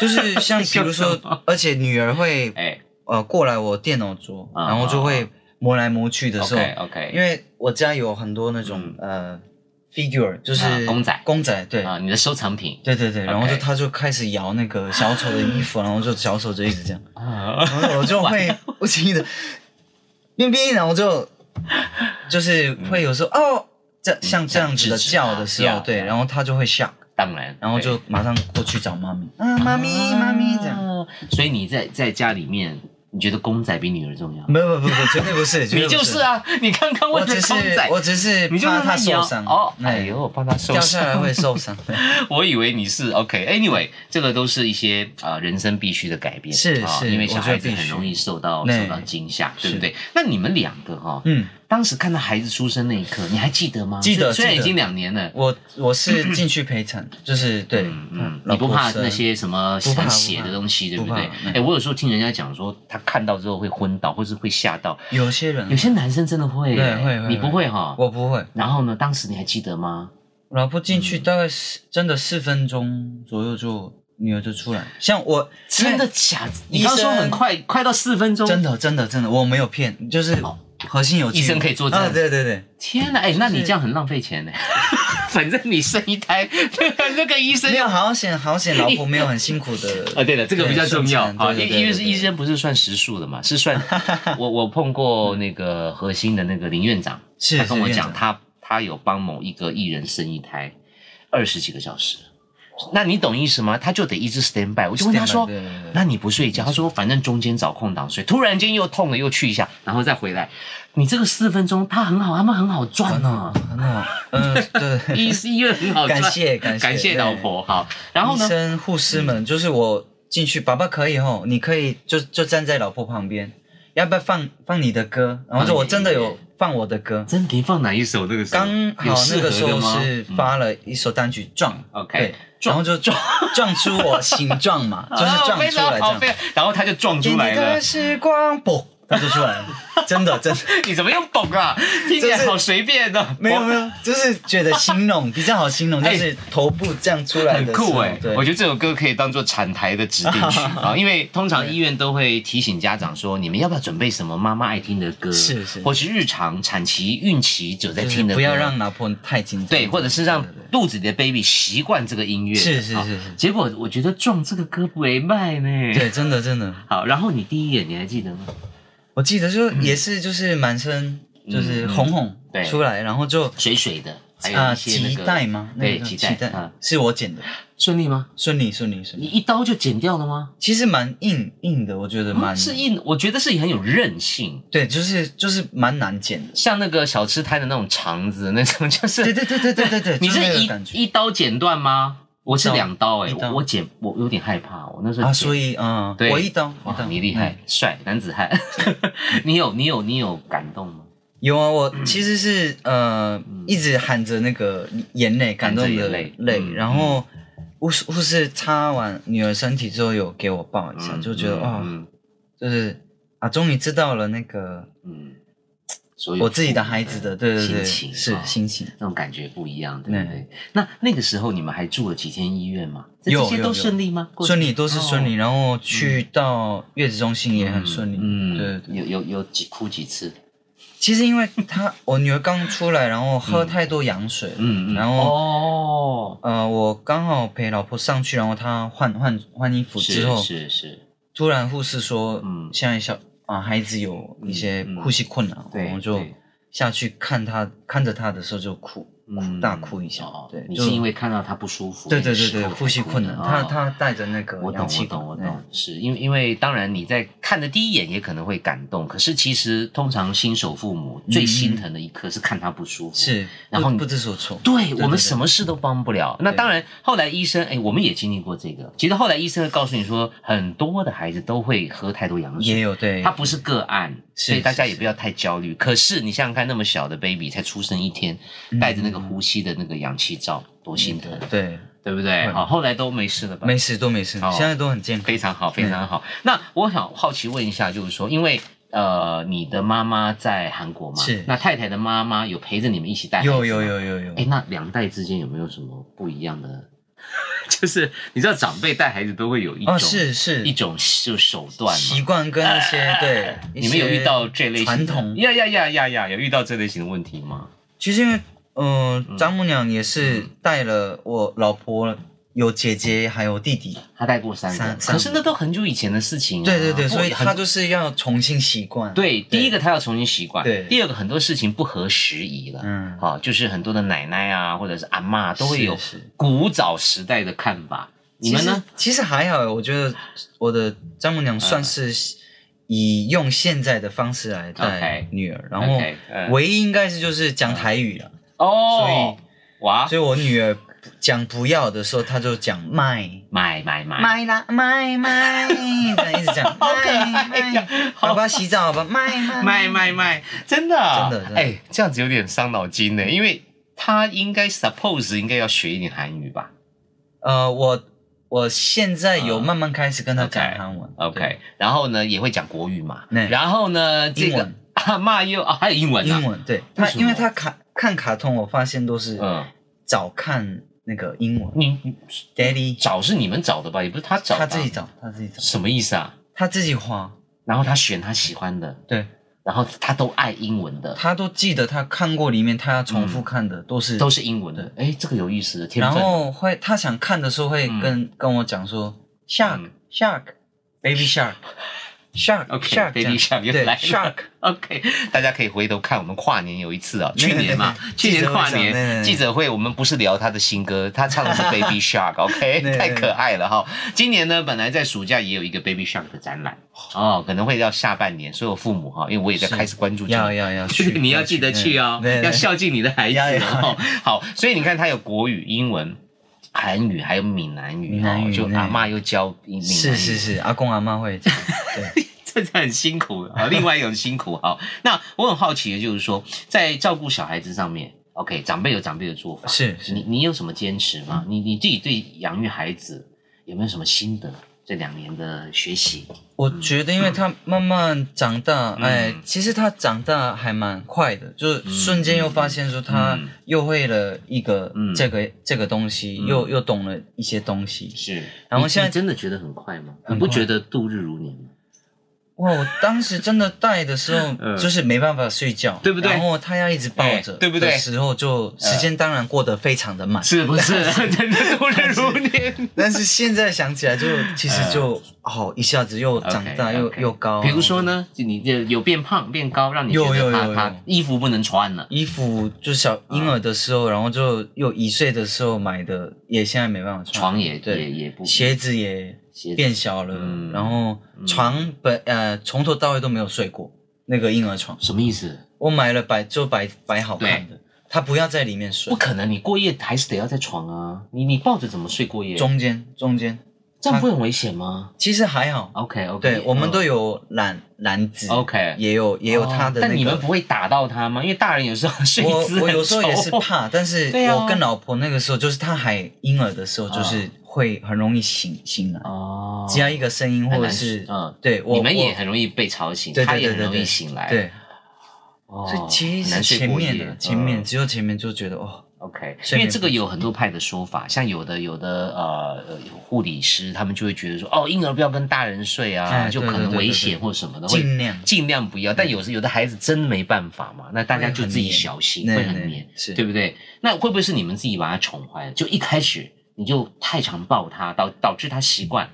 [SPEAKER 2] 就是像 比
[SPEAKER 1] 笑
[SPEAKER 2] 如说
[SPEAKER 1] 什么，
[SPEAKER 2] 而且女儿会
[SPEAKER 1] 哎
[SPEAKER 2] 呃过来我电脑桌，
[SPEAKER 1] 啊
[SPEAKER 2] 然后就会磨来磨去的时候，
[SPEAKER 1] ，OK OK，
[SPEAKER 2] 因为我家有很多那种呃 figure，就是
[SPEAKER 1] 嗯啊公仔
[SPEAKER 2] 公仔对。
[SPEAKER 1] 啊，你的收藏 品
[SPEAKER 2] 对对对，然后就
[SPEAKER 1] OK
[SPEAKER 2] 他就开始摇那个小丑的衣服，然后就小丑就一直这样，
[SPEAKER 1] 啊，
[SPEAKER 2] 然后我就会不经意的边边，然后就就是会有时候、哦，这像这样子的叫的时
[SPEAKER 1] 嗯这
[SPEAKER 2] 候，
[SPEAKER 1] 样
[SPEAKER 2] 对，然后他就会吓，
[SPEAKER 1] 当然，哎
[SPEAKER 2] 然后
[SPEAKER 1] 对
[SPEAKER 2] 就马上过去找妈咪，啊，妈咪，妈咪，这样，
[SPEAKER 1] 啊。所以你在在家里面，你觉得公仔比女儿重要？
[SPEAKER 2] 没有，不不不，绝对不是，绝
[SPEAKER 1] 你
[SPEAKER 2] 对不
[SPEAKER 1] 就是，啊，你刚刚
[SPEAKER 2] 我
[SPEAKER 1] 问的
[SPEAKER 2] 只是
[SPEAKER 1] 公仔，
[SPEAKER 2] 我只是
[SPEAKER 1] 你就
[SPEAKER 2] 怕
[SPEAKER 1] 让
[SPEAKER 2] 他受
[SPEAKER 1] 摇
[SPEAKER 2] 伤
[SPEAKER 1] 哦，哎
[SPEAKER 2] 哎
[SPEAKER 1] 呦，我帮他受
[SPEAKER 2] 掉下来
[SPEAKER 1] 伤，
[SPEAKER 2] 会受伤，
[SPEAKER 1] 我以为你是 OK，Anyway，、这个都是一些呃人生必须的改变，
[SPEAKER 2] 是
[SPEAKER 1] 啊
[SPEAKER 2] 是
[SPEAKER 1] 因为小孩
[SPEAKER 2] 我觉
[SPEAKER 1] 子
[SPEAKER 2] 得必
[SPEAKER 1] 很
[SPEAKER 2] 须
[SPEAKER 1] 容易受到
[SPEAKER 2] 对
[SPEAKER 1] 受到惊吓，对不
[SPEAKER 2] 是
[SPEAKER 1] 对？那你们两个哈、
[SPEAKER 2] 嗯，
[SPEAKER 1] 当时看到孩子出生那一刻，你还记得吗？
[SPEAKER 2] 记得
[SPEAKER 1] 虽虽然
[SPEAKER 2] 记
[SPEAKER 1] 已
[SPEAKER 2] 得
[SPEAKER 1] 经两年了。
[SPEAKER 2] 我我是进去陪产，就是对，
[SPEAKER 1] 嗯，
[SPEAKER 2] 老
[SPEAKER 1] 你不怕
[SPEAKER 2] 婆生
[SPEAKER 1] 那些什么
[SPEAKER 2] 不怕
[SPEAKER 1] 很血的东西，对
[SPEAKER 2] 不
[SPEAKER 1] 不
[SPEAKER 2] 怕
[SPEAKER 1] 对？
[SPEAKER 2] 嗯
[SPEAKER 1] 哎、我有时候听人家讲说，他看到之后会昏倒，或是会吓到。
[SPEAKER 2] 有些人
[SPEAKER 1] 有些男生真的会，
[SPEAKER 2] 对会会
[SPEAKER 1] 你不会哈？
[SPEAKER 2] 我不会，
[SPEAKER 1] 然后呢？当时你还记得吗？
[SPEAKER 2] 老婆进
[SPEAKER 1] 嗯
[SPEAKER 2] 去大概四真的四分钟左右就女儿就出来，像我
[SPEAKER 1] 真的
[SPEAKER 2] 因为
[SPEAKER 1] 假的？
[SPEAKER 2] 医
[SPEAKER 1] 你刚说
[SPEAKER 2] 生
[SPEAKER 1] 很快，快到四分钟。
[SPEAKER 2] 真的真的真的我没有骗，就是核心有
[SPEAKER 1] 医生可以作证
[SPEAKER 2] 啊，对对对，
[SPEAKER 1] 天哪！哎、那你这样很浪费钱呢。 反正你生一胎，那个医生
[SPEAKER 2] 没有好险 好险，老婆没有很辛苦的
[SPEAKER 1] 啊，对了，这个比较重要啊，
[SPEAKER 2] 好，
[SPEAKER 1] 因
[SPEAKER 2] 哦对
[SPEAKER 1] 为
[SPEAKER 2] 对
[SPEAKER 1] 因为
[SPEAKER 2] 对
[SPEAKER 1] 是
[SPEAKER 2] 对
[SPEAKER 1] 医生不是算时数的嘛，是 算我我碰过那个核心的那个林院长，
[SPEAKER 2] 是
[SPEAKER 1] 他跟
[SPEAKER 2] 是
[SPEAKER 1] 我
[SPEAKER 2] 院
[SPEAKER 1] 讲，
[SPEAKER 2] 长
[SPEAKER 1] 他他有帮某一个艺人生一胎二十几个小时，那你懂意思吗？他就得一直 stand by，我就问他
[SPEAKER 2] Stand by，
[SPEAKER 1] 说
[SPEAKER 2] 对对对，
[SPEAKER 1] 那你不睡觉？他说反正中间找空档睡，突然间又痛了又去一下，然后再回来，你这个四分钟他很好，他们很好赚啊呢、
[SPEAKER 2] 很 好，嗯对。 对
[SPEAKER 1] 医医院很好赚，
[SPEAKER 2] 感谢感谢
[SPEAKER 1] 感谢
[SPEAKER 2] 对
[SPEAKER 1] 老婆好，然后
[SPEAKER 2] 医
[SPEAKER 1] 呢？
[SPEAKER 2] 生、护士们，就是我进去，爸爸可以吼，你可以就就站在老婆旁边，要不要放放你的歌？然后就我真的有放我的歌，
[SPEAKER 1] 真的放哪一首？那个时候
[SPEAKER 2] 刚
[SPEAKER 1] 有
[SPEAKER 2] 好那
[SPEAKER 1] 适合
[SPEAKER 2] 个时
[SPEAKER 1] 的
[SPEAKER 2] 候
[SPEAKER 1] 吗嗯
[SPEAKER 2] 是发了一首单曲《撞》
[SPEAKER 1] OK，
[SPEAKER 2] 对，然后就 撞撞出我形状嘛，就是撞
[SPEAKER 1] 哦非
[SPEAKER 2] 出来
[SPEAKER 1] 常
[SPEAKER 2] 这
[SPEAKER 1] 好，
[SPEAKER 2] 样
[SPEAKER 1] 非。常然后他就撞
[SPEAKER 2] 给
[SPEAKER 1] 出
[SPEAKER 2] 你
[SPEAKER 1] 来了
[SPEAKER 2] 的。时光，嘣，它就出来了，真 的真的。
[SPEAKER 1] 你怎么用蹦 啊？听起来好随便啊的，
[SPEAKER 2] 没有没有，就是觉得形容比较好形容，就
[SPEAKER 1] 哎
[SPEAKER 2] 是头部这样出
[SPEAKER 1] 我。
[SPEAKER 2] 来
[SPEAKER 1] 很
[SPEAKER 2] 的时候，
[SPEAKER 1] 酷哎、
[SPEAKER 2] 对
[SPEAKER 1] 我觉得这首歌可以当做产台的指定 曲啊，因为通常医院都会提醒家长说，你们要不要准备什么妈妈爱听的歌，
[SPEAKER 2] 是是
[SPEAKER 1] 或是日常产期、孕期就在
[SPEAKER 2] 就是
[SPEAKER 1] 听的歌，啊
[SPEAKER 2] 不要让老婆太紧张，
[SPEAKER 1] 对，或者是让肚子里的 baby 习惯这个音乐，
[SPEAKER 2] 是是
[SPEAKER 1] 啊
[SPEAKER 2] 是是
[SPEAKER 1] 结果我觉得撞这个歌不为卖呢，
[SPEAKER 2] 对，，真的真的，
[SPEAKER 1] 好，然后你第一眼你还记得吗？
[SPEAKER 2] 我记得就也是就是满身就是红红
[SPEAKER 1] 嗯对
[SPEAKER 2] 出来，然后就
[SPEAKER 1] 水水的，还有
[SPEAKER 2] 啊
[SPEAKER 1] 一些那
[SPEAKER 2] 脐
[SPEAKER 1] 个
[SPEAKER 2] 带吗？那
[SPEAKER 1] 对，
[SPEAKER 2] 个
[SPEAKER 1] 脐
[SPEAKER 2] 脐
[SPEAKER 1] 带
[SPEAKER 2] 带
[SPEAKER 1] 啊，
[SPEAKER 2] 是我剪的，
[SPEAKER 1] 顺利吗？
[SPEAKER 2] 顺利顺利顺
[SPEAKER 1] 你
[SPEAKER 2] 利，
[SPEAKER 1] 一刀就剪掉了吗？
[SPEAKER 2] 其实蛮硬硬的，我觉得蛮
[SPEAKER 1] 啊是硬，我觉得是很有韧性，
[SPEAKER 2] 对，就是就是蛮难剪的，
[SPEAKER 1] 像那个小吃摊的那种肠子那种，就是
[SPEAKER 2] 对对对对对对对，
[SPEAKER 1] 你
[SPEAKER 2] 就是那个感觉
[SPEAKER 1] 一一刀剪断吗？我是
[SPEAKER 2] 一刀
[SPEAKER 1] 两刀哎、
[SPEAKER 2] 一刀
[SPEAKER 1] 我我剪我有点害怕，我那时候
[SPEAKER 2] 啊，
[SPEAKER 1] 剪
[SPEAKER 2] 所以嗯，
[SPEAKER 1] 对
[SPEAKER 2] 我一刀一
[SPEAKER 1] 哇
[SPEAKER 2] 刀，
[SPEAKER 1] 你厉
[SPEAKER 2] 嗯
[SPEAKER 1] 害，帅男子汉， 你有你有你有感动吗？
[SPEAKER 2] 有啊，我其实是呃一直含着那个眼泪，感动
[SPEAKER 1] 含着
[SPEAKER 2] 的
[SPEAKER 1] 眼泪嗯
[SPEAKER 2] 然后护士护士擦完女儿身体之后有给我抱一下，就觉得
[SPEAKER 1] 嗯
[SPEAKER 2] 哇。
[SPEAKER 1] 嗯
[SPEAKER 2] 就是啊，终于知道了那个
[SPEAKER 1] 嗯，所以
[SPEAKER 2] 我自己的孩子的，对对
[SPEAKER 1] 心
[SPEAKER 2] 对，
[SPEAKER 1] 情
[SPEAKER 2] 是
[SPEAKER 1] 啊
[SPEAKER 2] 心情。
[SPEAKER 1] 那种感觉不一样，对不对
[SPEAKER 2] 对？
[SPEAKER 1] 那那个时候你们还住了几天医院吗？这
[SPEAKER 2] 有
[SPEAKER 1] 这些
[SPEAKER 2] 有
[SPEAKER 1] 都
[SPEAKER 2] 有
[SPEAKER 1] 顺利吗？过去
[SPEAKER 2] 顺利都是顺利，
[SPEAKER 1] 哦
[SPEAKER 2] 然后去到月子中心也很顺利。
[SPEAKER 1] 嗯，
[SPEAKER 2] 对对对。
[SPEAKER 1] 有有有几哭几次，
[SPEAKER 2] 其实因为她我女儿刚出来，然后喝太多羊水，
[SPEAKER 1] 嗯嗯，
[SPEAKER 2] 然后、
[SPEAKER 1] 哦，
[SPEAKER 2] 呃我刚好陪老婆上去，然后她换换换衣服之后，
[SPEAKER 1] 是是是，
[SPEAKER 2] 突然护士说，
[SPEAKER 1] 嗯
[SPEAKER 2] 现在小啊孩子有一些
[SPEAKER 1] 嗯嗯
[SPEAKER 2] 呼吸困难，
[SPEAKER 1] 对
[SPEAKER 2] 我们就
[SPEAKER 1] 对
[SPEAKER 2] 下去看她，看着她的时候就哭，哭大哭一下，
[SPEAKER 1] 哦
[SPEAKER 2] 对，
[SPEAKER 1] 你
[SPEAKER 2] 就是
[SPEAKER 1] 因为看到他不舒服，
[SPEAKER 2] 对对
[SPEAKER 1] 那
[SPEAKER 2] 对
[SPEAKER 1] 时候
[SPEAKER 2] 对
[SPEAKER 1] 才
[SPEAKER 2] 呼吸
[SPEAKER 1] 哭
[SPEAKER 2] 困难，
[SPEAKER 1] 的
[SPEAKER 2] 她
[SPEAKER 1] 哦
[SPEAKER 2] 她带着那个
[SPEAKER 1] 我懂，
[SPEAKER 2] 氧气
[SPEAKER 1] 我
[SPEAKER 2] 管嗯
[SPEAKER 1] 懂，我
[SPEAKER 2] 对
[SPEAKER 1] 懂，是因为因为当然你在看的第一眼也可能会感动，可是其实通常新手父母最心疼的一刻是看他不舒服，。
[SPEAKER 2] 嗯是，
[SPEAKER 1] 然后
[SPEAKER 2] 不
[SPEAKER 1] 你
[SPEAKER 2] 不知所措，
[SPEAKER 1] 对我
[SPEAKER 2] 对
[SPEAKER 1] 们
[SPEAKER 2] 对
[SPEAKER 1] 什么事都帮不了。那当然，后来医生，哎，我们也经历过这个。其实后来医生会告诉你说，很多的孩子都会喝太多羊
[SPEAKER 2] 也
[SPEAKER 1] 水，
[SPEAKER 2] 有对
[SPEAKER 1] 它，不是个案，
[SPEAKER 2] 是
[SPEAKER 1] 所以大家
[SPEAKER 2] 是
[SPEAKER 1] 也不要太焦虑。可是你想想看，那么小的 baby 才出生一天，
[SPEAKER 2] 嗯
[SPEAKER 1] 带着那个呼吸的那个氧气罩，多心疼，
[SPEAKER 2] 对，
[SPEAKER 1] 对不对？
[SPEAKER 2] 会
[SPEAKER 1] 好，后来都没事了吧？
[SPEAKER 2] 嗯没嗯事都没事，
[SPEAKER 1] 哦
[SPEAKER 2] 现在都很健康。
[SPEAKER 1] 非常好，非常好。那我想好奇问一下，就是说，因为呃，你的妈妈在韩国嘛，
[SPEAKER 2] 是
[SPEAKER 1] 那太太的妈妈有陪着你们一起带孩子吗
[SPEAKER 2] 有有。有有有
[SPEAKER 1] 哎，，那两代之间有没有什么不一样的？ 就是你知道，长辈带孩子都会有一种、
[SPEAKER 2] 哦是是
[SPEAKER 1] 一种就是手段嘛哎
[SPEAKER 2] 习惯跟一些对，
[SPEAKER 1] 你
[SPEAKER 2] 一
[SPEAKER 1] 们
[SPEAKER 2] 些
[SPEAKER 1] 有遇到这类型的
[SPEAKER 2] 传统？
[SPEAKER 1] 呀呀呀呀呀，有遇到这类型的问题吗？
[SPEAKER 2] 其实因为呃，
[SPEAKER 1] 嗯
[SPEAKER 2] 丈母娘也是带了我老婆，有姐姐还有弟弟，
[SPEAKER 1] 他带过三个，
[SPEAKER 2] 三三
[SPEAKER 1] 可是那都很久以前的事情、啊。
[SPEAKER 2] 对对对，
[SPEAKER 1] 不
[SPEAKER 2] 所以
[SPEAKER 1] 很
[SPEAKER 2] 她就是要重新习惯。
[SPEAKER 1] 对，第一个他要重新习惯，
[SPEAKER 2] 对
[SPEAKER 1] 第二个很多事情不合时宜了，
[SPEAKER 2] 嗯
[SPEAKER 1] 好、就是很多的奶奶啊，或者是阿嬷都会有
[SPEAKER 2] 是是
[SPEAKER 1] 古早时代的看法，你
[SPEAKER 2] 其
[SPEAKER 1] 们
[SPEAKER 2] 实
[SPEAKER 1] 呢？？
[SPEAKER 2] 其实还好，我觉得我的丈母娘算
[SPEAKER 1] 嗯
[SPEAKER 2] 是以用现在的方式来带
[SPEAKER 1] OK
[SPEAKER 2] 女儿，然后
[SPEAKER 1] OK，嗯
[SPEAKER 2] 唯一应该是就是讲台语了，
[SPEAKER 1] 哦，哇，
[SPEAKER 2] 所以我女儿讲不要的时候，她就讲卖。
[SPEAKER 1] 买买买，
[SPEAKER 2] 卖啦卖卖，这样一直讲，
[SPEAKER 1] 好可爱呀
[SPEAKER 2] 卖卖
[SPEAKER 1] 好
[SPEAKER 2] 爸爸洗澡吧，卖卖
[SPEAKER 1] 卖卖卖，真的啊，
[SPEAKER 2] 真的真的
[SPEAKER 1] 哎，这样子有点伤脑筋呢，因为他应该 suppose 应该要学一点韩语吧
[SPEAKER 2] 呃，我我现在有
[SPEAKER 1] 啊
[SPEAKER 2] 慢慢开始跟他讲
[SPEAKER 1] OK，
[SPEAKER 2] 韩文
[SPEAKER 1] ，OK，然后呢也会讲国语嘛，
[SPEAKER 2] 对
[SPEAKER 1] 然后呢这
[SPEAKER 2] 英
[SPEAKER 1] 个
[SPEAKER 2] 文
[SPEAKER 1] 阿嬷又啊还有英文
[SPEAKER 2] 对
[SPEAKER 1] 啊
[SPEAKER 2] 英，文对，
[SPEAKER 1] 为
[SPEAKER 2] 他
[SPEAKER 1] 什么
[SPEAKER 2] 因为他卡看卡通，我发现都是
[SPEAKER 1] 嗯，
[SPEAKER 2] 找看那个英文
[SPEAKER 1] 你你
[SPEAKER 2] ，Daddy
[SPEAKER 1] 找是你们找的吧？也不是他找的
[SPEAKER 2] 他
[SPEAKER 1] 啊，
[SPEAKER 2] 自己找他自己找
[SPEAKER 1] 什么意思啊？
[SPEAKER 2] 他自己花，
[SPEAKER 1] 然后他选他喜欢的，
[SPEAKER 2] 对
[SPEAKER 1] 然后他都爱英文的，
[SPEAKER 2] 他都记得他看过里面他要重复看的都是
[SPEAKER 1] 嗯都是英文的。哎，这个有意思的天
[SPEAKER 2] 然
[SPEAKER 1] 分。
[SPEAKER 2] 后会他想看的时候会跟、跟我讲说 shark、
[SPEAKER 1] 嗯
[SPEAKER 2] shark baby shark shark
[SPEAKER 1] OK，
[SPEAKER 2] shark
[SPEAKER 1] baby
[SPEAKER 2] 这样
[SPEAKER 1] shark 又
[SPEAKER 2] 对
[SPEAKER 1] 来了
[SPEAKER 2] shark
[SPEAKER 1] OK，大家可以回头看我们跨年有一次啊， 去年嘛，去
[SPEAKER 2] 对对
[SPEAKER 1] 年 跨
[SPEAKER 2] 记者会上对对
[SPEAKER 1] 年
[SPEAKER 2] 对
[SPEAKER 1] 记者会，我嗯们不是聊他的新歌，他唱的是 Baby Shark，OK，、
[SPEAKER 2] 对对
[SPEAKER 1] 太可爱了哈。今年呢，本来在暑假也有一个 Baby Shark 的展览哦，可能会到下半年，所有父母哈，因为我也在
[SPEAKER 2] 是
[SPEAKER 1] 开始关注这
[SPEAKER 2] 要
[SPEAKER 1] 个
[SPEAKER 2] 要要 去，
[SPEAKER 1] 你要记得去哦，
[SPEAKER 2] 对对
[SPEAKER 1] 要
[SPEAKER 2] 对
[SPEAKER 1] 孝敬你的孩子
[SPEAKER 2] 要要
[SPEAKER 1] 哦。 好，所以你看，它有国语、英文、韩语，还有闽南语，
[SPEAKER 2] 闽南语
[SPEAKER 1] 哦就
[SPEAKER 2] 对
[SPEAKER 1] 阿嬷又教闽南语，
[SPEAKER 2] 是是是，阿公阿妈 会讲，对，
[SPEAKER 1] 这是很辛苦啊，另外一种辛苦啊。那我很好奇的就是说，在照顾小孩子上面，OK，长辈有长辈的做法，
[SPEAKER 2] 是是
[SPEAKER 1] 你你有什么坚持吗？你你自己对养育孩子有没有什么心得？这两年的学习，
[SPEAKER 2] 我觉得因为他慢慢长大，
[SPEAKER 1] 嗯
[SPEAKER 2] 哎，其实他长大还蛮快的，就是瞬间又发现说他
[SPEAKER 1] 嗯
[SPEAKER 2] 又会了一个
[SPEAKER 1] 嗯
[SPEAKER 2] 这个这个东西，又又懂了一些东西，
[SPEAKER 1] 是。
[SPEAKER 2] 然后现在
[SPEAKER 1] 真的觉得很快吗？
[SPEAKER 2] 很
[SPEAKER 1] 你不
[SPEAKER 2] 快
[SPEAKER 1] 觉得度日如年 吗？
[SPEAKER 2] 哇！我当时真的带的时 候
[SPEAKER 1] 嗯，
[SPEAKER 2] 就是没办法睡觉，
[SPEAKER 1] 对不对
[SPEAKER 2] 然后他要一直抱着，
[SPEAKER 1] 哎对不对
[SPEAKER 2] 的时候就时间当然过得非常的慢，
[SPEAKER 1] 是不 是真的度日如年？
[SPEAKER 2] 但是现在想起来就，其实就哦，一下子又长大
[SPEAKER 1] OK，
[SPEAKER 2] 又
[SPEAKER 1] OK
[SPEAKER 2] 又高。
[SPEAKER 1] 比如说呢，就你这有变胖变高，让你
[SPEAKER 2] 有
[SPEAKER 1] 觉得
[SPEAKER 2] 有
[SPEAKER 1] 他
[SPEAKER 2] 有
[SPEAKER 1] 他
[SPEAKER 2] 有嗯
[SPEAKER 1] 衣服不能穿了。
[SPEAKER 2] 衣服，就小婴儿的时
[SPEAKER 1] 嗯
[SPEAKER 2] 候，然后就又一岁的时候买的，也现在没办法穿。
[SPEAKER 1] 床也
[SPEAKER 2] 对
[SPEAKER 1] 也也不
[SPEAKER 2] 鞋子也
[SPEAKER 1] 鞋子
[SPEAKER 2] 变小了，
[SPEAKER 1] 嗯
[SPEAKER 2] 然后床本呃从头到尾都没有睡过那个婴儿床，
[SPEAKER 1] 什么意思？
[SPEAKER 2] 我买了摆就摆摆好看的，他不要在里面睡
[SPEAKER 1] 不，可能，你过夜还是得要在床啊。你你抱着怎么睡过夜？
[SPEAKER 2] 中间中间
[SPEAKER 1] 这样不会很危险吗
[SPEAKER 2] 其实还好，
[SPEAKER 1] ？OK OK，
[SPEAKER 2] 对我们都有篮篮子
[SPEAKER 1] 哦 OK 哦
[SPEAKER 2] 也有也有他的那个。
[SPEAKER 1] 但你们不会打到他吗？因为大人有时候睡姿
[SPEAKER 2] 我我
[SPEAKER 1] 很
[SPEAKER 2] 有时候也是
[SPEAKER 1] 丑
[SPEAKER 2] 怕，但是
[SPEAKER 1] 对啊
[SPEAKER 2] 我跟老婆那个时候就是她还婴儿的时候，就是会很容易醒醒来，
[SPEAKER 1] 哦
[SPEAKER 2] 只要一个声音或
[SPEAKER 1] 很
[SPEAKER 2] 者
[SPEAKER 1] 难
[SPEAKER 2] 是
[SPEAKER 1] 嗯，
[SPEAKER 2] 对我
[SPEAKER 1] 你们也
[SPEAKER 2] 我
[SPEAKER 1] 很容易被吵醒，
[SPEAKER 2] 对对
[SPEAKER 1] 他也
[SPEAKER 2] 对
[SPEAKER 1] 很
[SPEAKER 2] 对
[SPEAKER 1] 容易
[SPEAKER 2] 对
[SPEAKER 1] 醒来，
[SPEAKER 2] 对，
[SPEAKER 1] 哦，
[SPEAKER 2] 所以其
[SPEAKER 1] 很
[SPEAKER 2] 实
[SPEAKER 1] 难
[SPEAKER 2] 是
[SPEAKER 1] 睡
[SPEAKER 2] 前
[SPEAKER 1] 过
[SPEAKER 2] 面
[SPEAKER 1] 夜
[SPEAKER 2] 的前面
[SPEAKER 1] 嗯
[SPEAKER 2] 只有前面就觉得哦，
[SPEAKER 1] OK，因
[SPEAKER 2] 睡
[SPEAKER 1] 为
[SPEAKER 2] 眠
[SPEAKER 1] 这
[SPEAKER 2] 不
[SPEAKER 1] 个有很多派的说法，像有的有的呃呃护理师，他们就会觉得说，哦，婴儿不要跟大人睡啊，
[SPEAKER 2] 哎
[SPEAKER 1] 就
[SPEAKER 2] 对
[SPEAKER 1] 可
[SPEAKER 2] 对
[SPEAKER 1] 能
[SPEAKER 2] 对
[SPEAKER 1] 危
[SPEAKER 2] 对
[SPEAKER 1] 险
[SPEAKER 2] 对
[SPEAKER 1] 或什么的，会
[SPEAKER 2] 尽量
[SPEAKER 1] 尽量不要。但有时有的孩子真没办法嘛，那大家
[SPEAKER 2] 嗯会
[SPEAKER 1] 就
[SPEAKER 2] 很
[SPEAKER 1] 自己
[SPEAKER 2] 黏
[SPEAKER 1] 小心，
[SPEAKER 2] 对
[SPEAKER 1] 会很
[SPEAKER 2] 对
[SPEAKER 1] 黏，
[SPEAKER 2] 是
[SPEAKER 1] 对不对？那会不会是你们自己把他宠坏了？就一开始你就太常抱他，导导致他习惯。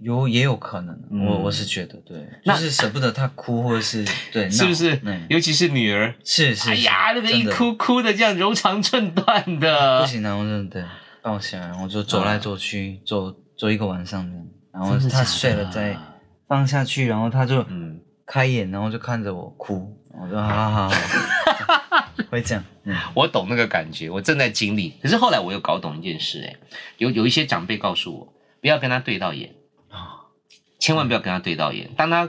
[SPEAKER 2] 有也有可能，
[SPEAKER 1] 嗯
[SPEAKER 2] 我我是觉得对，
[SPEAKER 1] 那
[SPEAKER 2] 就是舍不得他哭，或者是 对，
[SPEAKER 1] 是不是
[SPEAKER 2] 闹？对
[SPEAKER 1] 尤其是女儿，
[SPEAKER 2] 嗯是是，
[SPEAKER 1] 哎呀，
[SPEAKER 2] 是
[SPEAKER 1] 那个一，
[SPEAKER 2] 真
[SPEAKER 1] 哭哭的这样柔肠寸断
[SPEAKER 2] 的
[SPEAKER 1] 的
[SPEAKER 2] 不，行，然后真的对抱起来，然后就走来走去，走走一个晚上这样，然后
[SPEAKER 1] 真的假
[SPEAKER 2] 他
[SPEAKER 1] 的
[SPEAKER 2] 睡了再放下去，然后他就
[SPEAKER 1] 嗯，
[SPEAKER 2] 开眼，然后就看着我哭，我说好好好好， 会这样，嗯，
[SPEAKER 1] 我懂那个感觉，我正在经历。可是后来我又搞懂一件事、哎，有有一些长辈告诉我，不要跟他对到眼
[SPEAKER 2] 啊
[SPEAKER 1] 千万不要跟他对到眼。当他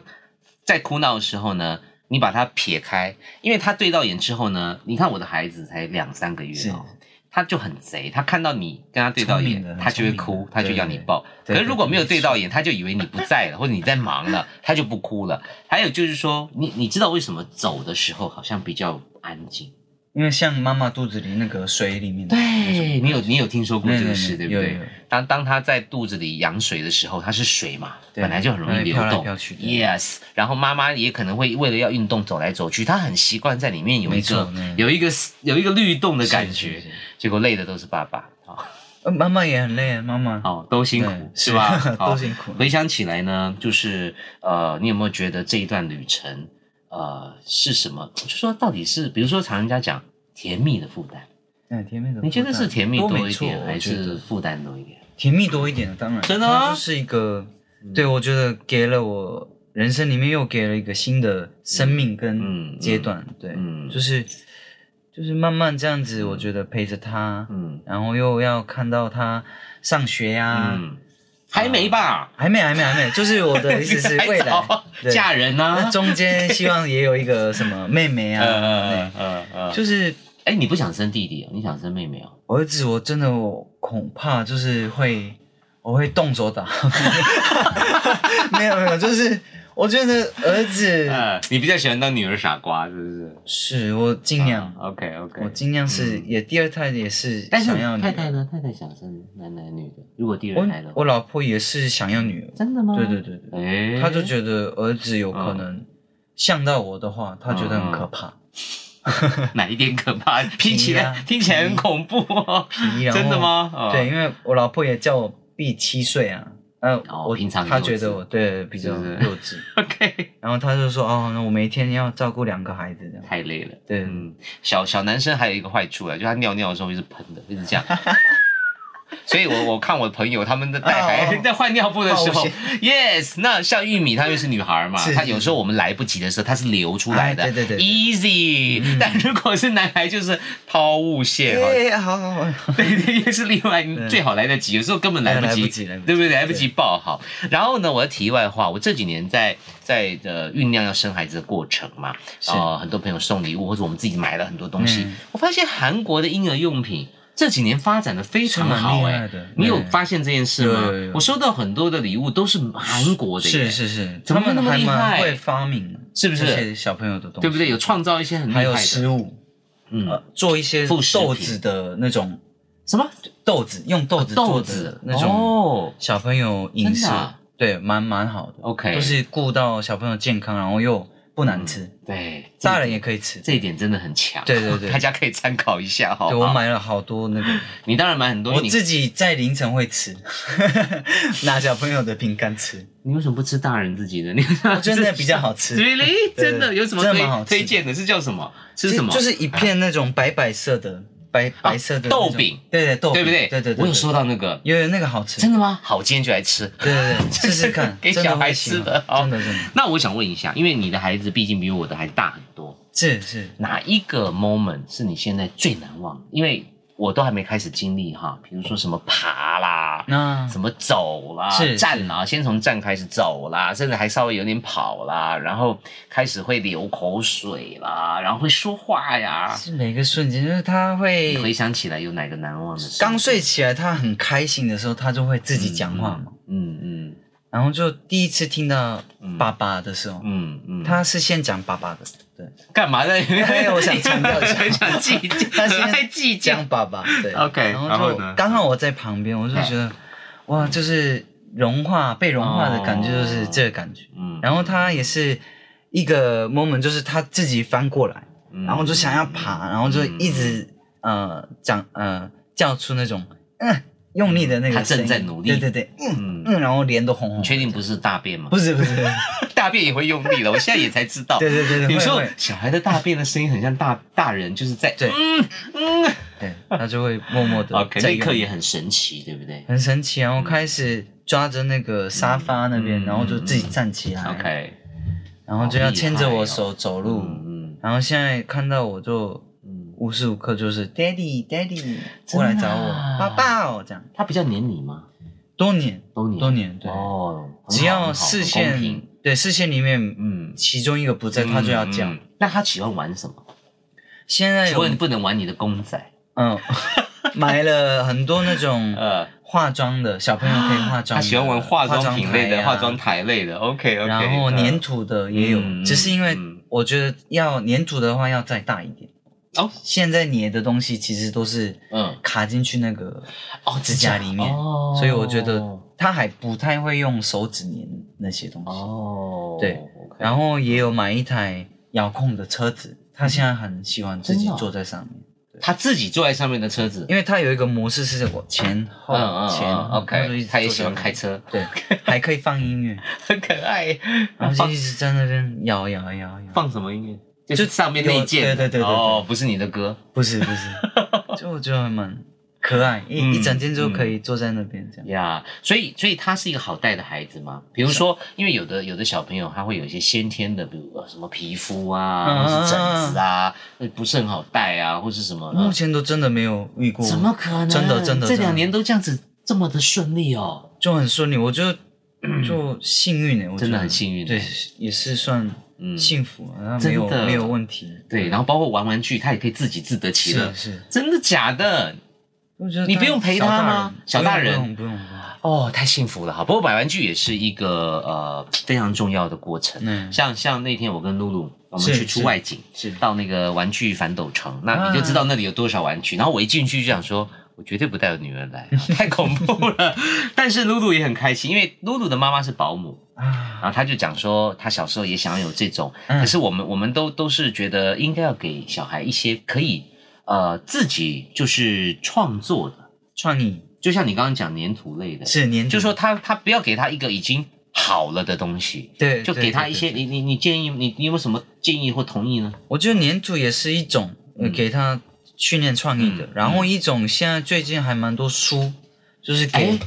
[SPEAKER 1] 在哭闹的时候呢，你把他撇开，因为他对到眼之后呢，你看我的孩子才两三个月哦。他就很贼，他看到你跟他对到
[SPEAKER 2] 聪明
[SPEAKER 1] 眼，
[SPEAKER 2] 的
[SPEAKER 1] 他就会
[SPEAKER 2] 很聪
[SPEAKER 1] 哭
[SPEAKER 2] 明，的
[SPEAKER 1] 他就要你抱。可
[SPEAKER 2] 对对对
[SPEAKER 1] 是如果没有对到眼，他就以为你不在了，或者你在忙了，他就不哭了。还有就是说，你你知道为什么走的时候好像比较安静？
[SPEAKER 2] 因为像妈妈肚子里那个水里面的那种，
[SPEAKER 1] 对你有你有听说过这个事，对
[SPEAKER 2] 对
[SPEAKER 1] 不
[SPEAKER 2] 对对
[SPEAKER 1] 对
[SPEAKER 2] 嗯有有？
[SPEAKER 1] 当当它在肚子里羊水的时候，它是水嘛，
[SPEAKER 2] 对哎
[SPEAKER 1] 本来就很容易流
[SPEAKER 2] 它会
[SPEAKER 1] 动
[SPEAKER 2] 飘来飘去。的
[SPEAKER 1] Yes，然后妈妈也可能会为了要运动走来走去，她很习惯在里面有一个
[SPEAKER 2] 没错嗯
[SPEAKER 1] 有一个有一个律动的感
[SPEAKER 2] 是是
[SPEAKER 1] 觉
[SPEAKER 2] 是，
[SPEAKER 1] 结果累的都是爸爸。哦
[SPEAKER 2] 呃妈妈也很累，妈妈
[SPEAKER 1] 哦，都辛苦
[SPEAKER 2] 对
[SPEAKER 1] 是 吧？
[SPEAKER 2] 是
[SPEAKER 1] 好
[SPEAKER 2] 都辛苦
[SPEAKER 1] 回想起来呢，就是呃，你有没有觉得这一段旅程呃是什么？就说到底是，比如说常人家讲甜蜜的负担，
[SPEAKER 2] 嗯，甜蜜的负担，
[SPEAKER 1] 你觉得是甜蜜
[SPEAKER 2] 都
[SPEAKER 1] 多
[SPEAKER 2] 没
[SPEAKER 1] 一
[SPEAKER 2] 错
[SPEAKER 1] 点，还
[SPEAKER 2] 我觉得
[SPEAKER 1] 是负担多一点？
[SPEAKER 2] 甜蜜多一点，当然，
[SPEAKER 1] 真的嗯啊
[SPEAKER 2] 它就是一个，对我觉得给了我人生里面又给了一个新的生命
[SPEAKER 1] 嗯嗯
[SPEAKER 2] 跟阶段，对，
[SPEAKER 1] 嗯
[SPEAKER 2] 就是就是慢慢这样子，我觉得陪着他，
[SPEAKER 1] 嗯
[SPEAKER 2] 然后又要看到他上学呀、
[SPEAKER 1] 嗯，还没吧？
[SPEAKER 2] 还没，还没，还没，就是我 的意思是
[SPEAKER 1] 还
[SPEAKER 2] 未来
[SPEAKER 1] 早
[SPEAKER 2] 对
[SPEAKER 1] 嫁人啊
[SPEAKER 2] 那
[SPEAKER 1] 呢？
[SPEAKER 2] 中间希望也有一个什么妹妹
[SPEAKER 1] 嗯
[SPEAKER 2] 啊，
[SPEAKER 1] 嗯嗯嗯
[SPEAKER 2] 对，
[SPEAKER 1] 就
[SPEAKER 2] 就是
[SPEAKER 1] 哎，你不想生弟弟哦，你想生妹妹哦？
[SPEAKER 2] 我儿子，我真的我恐怕就是会，我会动 手打。 没有没有，就是我觉得儿子
[SPEAKER 1] 嗯，你比较喜欢当女儿傻瓜是不是？
[SPEAKER 2] 是我尽量，
[SPEAKER 1] OK
[SPEAKER 2] 我
[SPEAKER 1] OK。
[SPEAKER 2] 尽量是也第二胎也是
[SPEAKER 1] 嗯但是
[SPEAKER 2] 想要女
[SPEAKER 1] 太
[SPEAKER 2] 儿
[SPEAKER 1] 太呢？太太想生男男女的，如果第二胎的
[SPEAKER 2] 我
[SPEAKER 1] 话，
[SPEAKER 2] 我老婆也是想要女儿，
[SPEAKER 1] 真的吗？
[SPEAKER 2] 对对对对，
[SPEAKER 1] 对
[SPEAKER 2] 她就觉得儿子有
[SPEAKER 1] 嗯
[SPEAKER 2] 可能像到我的话，她觉得很可怕，
[SPEAKER 1] 得哪一点可 怕？听起
[SPEAKER 2] 皮
[SPEAKER 1] 来
[SPEAKER 2] 啊
[SPEAKER 1] 听起来很恐怖哦。
[SPEAKER 2] 皮 然后
[SPEAKER 1] 真的吗？哦
[SPEAKER 2] 对，，因为我老婆也叫我避七岁啊，呃，
[SPEAKER 1] 哦
[SPEAKER 2] 我
[SPEAKER 1] 平常
[SPEAKER 2] 她
[SPEAKER 1] 幼
[SPEAKER 2] 觉得
[SPEAKER 1] 稚
[SPEAKER 2] 我对比较
[SPEAKER 1] 是不是
[SPEAKER 2] 幼稚。
[SPEAKER 1] ，OK，
[SPEAKER 2] 然后他就说：“哦，那我每天要照顾两个孩子这样。
[SPEAKER 1] 太累了。
[SPEAKER 2] 对
[SPEAKER 1] 嗯，小小男生还有一个坏处啊，就他尿尿的时候一直喷的，一直这样。 所以我我看我朋友他们在带孩
[SPEAKER 2] 哦
[SPEAKER 1] 在换尿布的时候
[SPEAKER 2] 冒险
[SPEAKER 1] ，yes，那像玉米，她又是女孩嘛
[SPEAKER 2] 是，是
[SPEAKER 1] 她有时候我们来不及的时候，她是流出来的，
[SPEAKER 2] 哎对对对对
[SPEAKER 1] e a s y 但如果是男孩，就是抛物线啊哈，
[SPEAKER 2] 哎，好好 好，
[SPEAKER 1] 对对，又是另外最好来得及，有时候根本来不及，
[SPEAKER 2] 来不及来不及
[SPEAKER 1] 对不对？来不及报好。然后呢，我的题外话，我这几年在在呃酝酿要生孩子的过程嘛，
[SPEAKER 2] 是
[SPEAKER 1] 呃，很多朋友送礼物，或者我们自己买了很多东西，
[SPEAKER 2] 嗯
[SPEAKER 1] 我发现韩国的婴儿用品。这几年发展的非常
[SPEAKER 2] 是蛮
[SPEAKER 1] 好
[SPEAKER 2] 厉
[SPEAKER 1] 哎、
[SPEAKER 2] 害的
[SPEAKER 1] 你有
[SPEAKER 2] 对
[SPEAKER 1] 发现这件事吗？
[SPEAKER 2] 有有有
[SPEAKER 1] 我收到很多的礼物都是韩国的耶，
[SPEAKER 2] 是是是，
[SPEAKER 1] 怎么
[SPEAKER 2] 他
[SPEAKER 1] 会那
[SPEAKER 2] 们
[SPEAKER 1] 么
[SPEAKER 2] 还
[SPEAKER 1] 厉害
[SPEAKER 2] 蛮会发明，
[SPEAKER 1] 是不是
[SPEAKER 2] 这些小朋友的东西，
[SPEAKER 1] 对不对？有创造一些很厉
[SPEAKER 2] 还
[SPEAKER 1] 害
[SPEAKER 2] 有
[SPEAKER 1] 的，
[SPEAKER 2] 食物，
[SPEAKER 1] 嗯，
[SPEAKER 2] 呃，做一些
[SPEAKER 1] 副食品
[SPEAKER 2] 豆子的那种
[SPEAKER 1] 什么
[SPEAKER 2] 豆子，用豆子
[SPEAKER 1] 豆
[SPEAKER 2] 做
[SPEAKER 1] 子
[SPEAKER 2] 的那种
[SPEAKER 1] 哦
[SPEAKER 2] 小朋友饮
[SPEAKER 1] 真
[SPEAKER 2] 食
[SPEAKER 1] 的啊，
[SPEAKER 2] 对，蛮蛮好的，
[SPEAKER 1] ，OK，
[SPEAKER 2] 就是顾到小朋友健康，然后又不难吃，
[SPEAKER 1] 嗯对，
[SPEAKER 2] 大人也可以吃。
[SPEAKER 1] 这一点真的很强，
[SPEAKER 2] 对对对
[SPEAKER 1] 大家可以参考一下哈。
[SPEAKER 2] 对我，买了好多 那个，
[SPEAKER 1] 你当然买很多，
[SPEAKER 2] 我
[SPEAKER 1] 你
[SPEAKER 2] 自己在凌晨会吃， 拿小朋友的饼干吃。
[SPEAKER 1] 你为什么不吃大人自己的？你
[SPEAKER 2] 我觉得那比较好吃。
[SPEAKER 1] really
[SPEAKER 2] 对
[SPEAKER 1] 真的有什么
[SPEAKER 2] 真的
[SPEAKER 1] 推
[SPEAKER 2] 蛮好吃的
[SPEAKER 1] 推荐的？是叫什么？吃
[SPEAKER 2] 就
[SPEAKER 1] 什么？啊
[SPEAKER 2] 就是一片那种白白色的，白白色的那种
[SPEAKER 1] 豆饼，
[SPEAKER 2] 对对豆饼，
[SPEAKER 1] 对不对？
[SPEAKER 2] 对对对，
[SPEAKER 1] 我有收到那个，
[SPEAKER 2] 有有那个好吃，
[SPEAKER 1] 真的吗？好，今天就来吃。，
[SPEAKER 2] 对对对，试试看
[SPEAKER 1] 给
[SPEAKER 2] 真的
[SPEAKER 1] 小孩
[SPEAKER 2] 会喜欢
[SPEAKER 1] 吃的哦
[SPEAKER 2] 真的真的
[SPEAKER 1] 那我想问一下，因为你的孩子毕竟比我的还大很多，
[SPEAKER 2] 是是
[SPEAKER 1] 哪一个 moment 是你现在最难忘的？因为我都还没开始经历哈，比如说什么爬啦，
[SPEAKER 2] 那
[SPEAKER 1] 怎么走啦，
[SPEAKER 2] 嗯是
[SPEAKER 1] 站啦，先从站开始走啦，甚至还稍微有点跑啦，然后开始会流口水啦，然后会说话呀。
[SPEAKER 2] 是每个瞬间，就是他会
[SPEAKER 1] 你回想起来有哪个难忘的事？
[SPEAKER 2] 刚睡起来，他很开心的时候，他就会自己讲话嘛。
[SPEAKER 1] 嗯嗯
[SPEAKER 2] 然后就第一次听到爸爸的时候，
[SPEAKER 1] 嗯嗯，
[SPEAKER 2] 他是先讲 爸爸的，对，
[SPEAKER 1] 干嘛在？
[SPEAKER 2] 哎我想强调一下
[SPEAKER 1] 很 想计较，
[SPEAKER 2] 他先
[SPEAKER 1] 在计较
[SPEAKER 2] 讲。爸爸，对
[SPEAKER 1] OK，
[SPEAKER 2] 然
[SPEAKER 1] 然后
[SPEAKER 2] 后就
[SPEAKER 1] 呢哎
[SPEAKER 2] 刚好我在旁边，我就觉得哇，就是融化被融化的感觉，就是这个感觉。
[SPEAKER 1] 嗯
[SPEAKER 2] 然后他也是一个 moment，就是他自己翻过来，
[SPEAKER 1] 嗯
[SPEAKER 2] 然后就想要爬，然后就一直呃讲呃叫出那种嗯用力的那个
[SPEAKER 1] 他正
[SPEAKER 2] 声音
[SPEAKER 1] 在努力
[SPEAKER 2] 对对对，
[SPEAKER 1] 嗯
[SPEAKER 2] 嗯嗯，然后脸都红红
[SPEAKER 1] 你。确定不是大便吗？
[SPEAKER 2] 不是不 是，不是
[SPEAKER 1] 大便也会用力了，我现在也才知道。
[SPEAKER 2] 对对对对，
[SPEAKER 1] 有时候
[SPEAKER 2] 会会
[SPEAKER 1] 小孩的大便的声音很像大大人，就是在
[SPEAKER 2] 对
[SPEAKER 1] 嗯嗯
[SPEAKER 2] 对，他就会默 默的
[SPEAKER 1] 哦，OK，那一刻也很神奇，对不对
[SPEAKER 2] 很神奇，然后开始抓着那个沙发那边，
[SPEAKER 1] 嗯
[SPEAKER 2] 然后就自己站起来
[SPEAKER 1] ？OK，
[SPEAKER 2] 然后就要牵着我手走路，
[SPEAKER 1] 嗯
[SPEAKER 2] 然后现在看到我就
[SPEAKER 1] 嗯，
[SPEAKER 2] 无时无刻就是 daddy daddy
[SPEAKER 1] 真的啊
[SPEAKER 2] 过来找我，爸爸哦这样，
[SPEAKER 1] 他比较黏你吗？
[SPEAKER 2] 多年
[SPEAKER 1] 都黏，
[SPEAKER 2] 多年对，
[SPEAKER 1] 哦，很好
[SPEAKER 2] 只要
[SPEAKER 1] 很好
[SPEAKER 2] 视
[SPEAKER 1] 很公平
[SPEAKER 2] 线对视线里面
[SPEAKER 1] 嗯，
[SPEAKER 2] 其中一个不在，他就要
[SPEAKER 1] 讲。
[SPEAKER 2] 讲
[SPEAKER 1] 嗯。那他喜欢玩什么？
[SPEAKER 2] 现在
[SPEAKER 1] 除了
[SPEAKER 2] 有
[SPEAKER 1] 你不能玩你的公仔，
[SPEAKER 2] 嗯买了很多那种
[SPEAKER 1] 呃，
[SPEAKER 2] 化妆的小朋友
[SPEAKER 1] 啊
[SPEAKER 2] 可以化妆的，
[SPEAKER 1] 他喜欢玩化妆品类的、
[SPEAKER 2] 化
[SPEAKER 1] 化
[SPEAKER 2] 妆台啊啊
[SPEAKER 1] 妆台类的。OK 嗯 OK，
[SPEAKER 2] 然后粘土的也有，
[SPEAKER 1] 嗯
[SPEAKER 2] 只是因为
[SPEAKER 1] 嗯
[SPEAKER 2] 我觉得要粘土的话要再大一点。
[SPEAKER 1] 哦
[SPEAKER 2] 现在粘的东西其实都是
[SPEAKER 1] 嗯
[SPEAKER 2] 卡进去那个
[SPEAKER 1] 哦
[SPEAKER 2] 指甲里面，
[SPEAKER 1] 哦
[SPEAKER 2] 所以我觉得他还不太会用手指粘那些东西。
[SPEAKER 1] 哦，
[SPEAKER 2] 对
[SPEAKER 1] OK，
[SPEAKER 2] 然后也有买一台遥控的车子，他现在很喜欢自己
[SPEAKER 1] 真的哦
[SPEAKER 2] 坐在上面，
[SPEAKER 1] 他自己坐在上面的车子，
[SPEAKER 2] 因为他有一个模式是我前后
[SPEAKER 1] 嗯嗯
[SPEAKER 2] 前
[SPEAKER 1] 嗯
[SPEAKER 2] 后他就一
[SPEAKER 1] ，OK，
[SPEAKER 2] 直
[SPEAKER 1] 他也
[SPEAKER 2] 坐在
[SPEAKER 1] 喜欢
[SPEAKER 2] 那
[SPEAKER 1] 开
[SPEAKER 2] 边，
[SPEAKER 1] 车，
[SPEAKER 2] 对，还可以放 音乐，
[SPEAKER 1] 很可爱。
[SPEAKER 2] 然后就一直在那边摇摇摇摇。
[SPEAKER 1] 放什么音乐？就是上面那一件的，
[SPEAKER 2] 对对对对对
[SPEAKER 1] 哦，不是你的歌，
[SPEAKER 2] 不是不 是，就我觉得还蛮可爱，一、
[SPEAKER 1] 嗯
[SPEAKER 2] 一整天就可以坐在那边这样。
[SPEAKER 1] 呀、所以所以他是一个好带的孩子嘛。比如说，因为有的有的小朋友他会有一些先天的，比如呃什么皮肤啊，
[SPEAKER 2] 嗯
[SPEAKER 1] 或是疹子啊，呃不是很好带啊，或是什么。哦
[SPEAKER 2] 目
[SPEAKER 1] 呃
[SPEAKER 2] 前都真的没有遇过，
[SPEAKER 1] 怎么可能？
[SPEAKER 2] 真的真的
[SPEAKER 1] 这
[SPEAKER 2] 真的
[SPEAKER 1] 两年都这样子这么的顺利哦。
[SPEAKER 2] 就很顺利？我就就幸运呢、我觉得
[SPEAKER 1] 嗯真的很幸运欸
[SPEAKER 2] 对，也是算
[SPEAKER 1] 嗯
[SPEAKER 2] 幸福啊，那
[SPEAKER 1] 真
[SPEAKER 2] 没有
[SPEAKER 1] 的
[SPEAKER 2] 没有问题。
[SPEAKER 1] 对，然后包括玩玩具，他也可以自己自得其乐
[SPEAKER 2] 是。是，
[SPEAKER 1] 真的假的？
[SPEAKER 2] 我觉得
[SPEAKER 1] 你不用陪他吗
[SPEAKER 2] 小
[SPEAKER 1] 小大
[SPEAKER 2] 人
[SPEAKER 1] 人
[SPEAKER 2] 不用不用不用不用，
[SPEAKER 1] 哦，太幸福了哈！不过买玩具也是一个呃非常重要的过程。
[SPEAKER 2] 嗯
[SPEAKER 1] 像像那天我跟露露，我们
[SPEAKER 2] 是
[SPEAKER 1] 去出
[SPEAKER 2] 是啊
[SPEAKER 1] 外景，
[SPEAKER 2] 是
[SPEAKER 1] 到那个玩具反斗城，那你就知道那里有多少玩具。然后我一进去就想说，我绝对不带我女儿来，啊 太恐怖了。 但是露露也很开心，因为露露的妈妈是保姆，
[SPEAKER 2] 啊，
[SPEAKER 1] 然后她就讲说，她小时候也想要有这种，
[SPEAKER 2] 嗯
[SPEAKER 1] 可是我们我们都都是觉得应该要给小孩一些可以呃自己就是创作的，
[SPEAKER 2] 创意
[SPEAKER 1] 就像你刚刚讲粘土类的，
[SPEAKER 2] 是年底，
[SPEAKER 1] 就说他他不要给他一个已经好了的东西，
[SPEAKER 2] 对，
[SPEAKER 1] 就
[SPEAKER 2] 对
[SPEAKER 1] 给他
[SPEAKER 2] 对
[SPEAKER 1] 一些你
[SPEAKER 2] 对
[SPEAKER 1] 你你建议你你有没有什么建议或同意呢？
[SPEAKER 2] 我觉得粘土也是一种呃给他训练创意的，
[SPEAKER 1] 嗯
[SPEAKER 2] 然后一种现在最近还蛮多书，就是给
[SPEAKER 1] 哎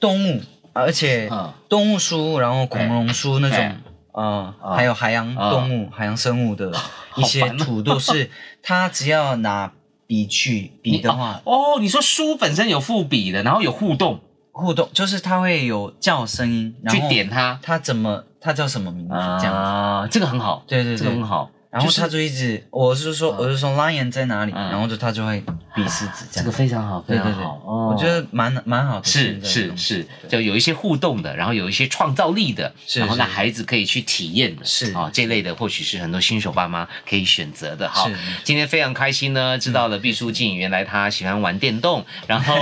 [SPEAKER 2] 动物，而且
[SPEAKER 1] 嗯
[SPEAKER 2] 动物书，然后恐龙书那种
[SPEAKER 1] 哎。
[SPEAKER 2] 呃，
[SPEAKER 1] 啊
[SPEAKER 2] 还有海洋动物、海洋生 物的一些
[SPEAKER 1] 烦啊
[SPEAKER 2] 图都是，他只要拿笔 去笔的话，
[SPEAKER 1] 哦，你说书本身有附笔的，然后有互动，
[SPEAKER 2] 互动就是他会有叫声音，然
[SPEAKER 1] 去
[SPEAKER 2] 后
[SPEAKER 1] 点它
[SPEAKER 2] 他怎么，他叫什么名字这样，
[SPEAKER 1] 啊，这个很好，
[SPEAKER 2] 对对
[SPEAKER 1] 这个很
[SPEAKER 2] 对，
[SPEAKER 1] 好，
[SPEAKER 2] 然后
[SPEAKER 1] 就是
[SPEAKER 2] 他就一直，我是说我是说 lion 在哪里，
[SPEAKER 1] 嗯
[SPEAKER 2] 然后就他就会比狮子这
[SPEAKER 1] 这
[SPEAKER 2] 样
[SPEAKER 1] 个。非常好，非
[SPEAKER 2] 对对
[SPEAKER 1] 常
[SPEAKER 2] 对，
[SPEAKER 1] 好，哦
[SPEAKER 2] 我觉。得蛮蛮好的。
[SPEAKER 1] 是
[SPEAKER 2] 现在的
[SPEAKER 1] 是
[SPEAKER 2] 东西
[SPEAKER 1] 是，
[SPEAKER 2] 对
[SPEAKER 1] 就有一些互动的，然后有一些创造力的，
[SPEAKER 2] 是
[SPEAKER 1] 然后让
[SPEAKER 2] 是
[SPEAKER 1] 孩子可以去体验的，
[SPEAKER 2] 是
[SPEAKER 1] 啊、这类的或许是很多新手爸妈可以选择的哈
[SPEAKER 2] 是没错。嗯
[SPEAKER 1] 今天非常开心呢，知道了毕书尽原来他喜欢玩电动，然 后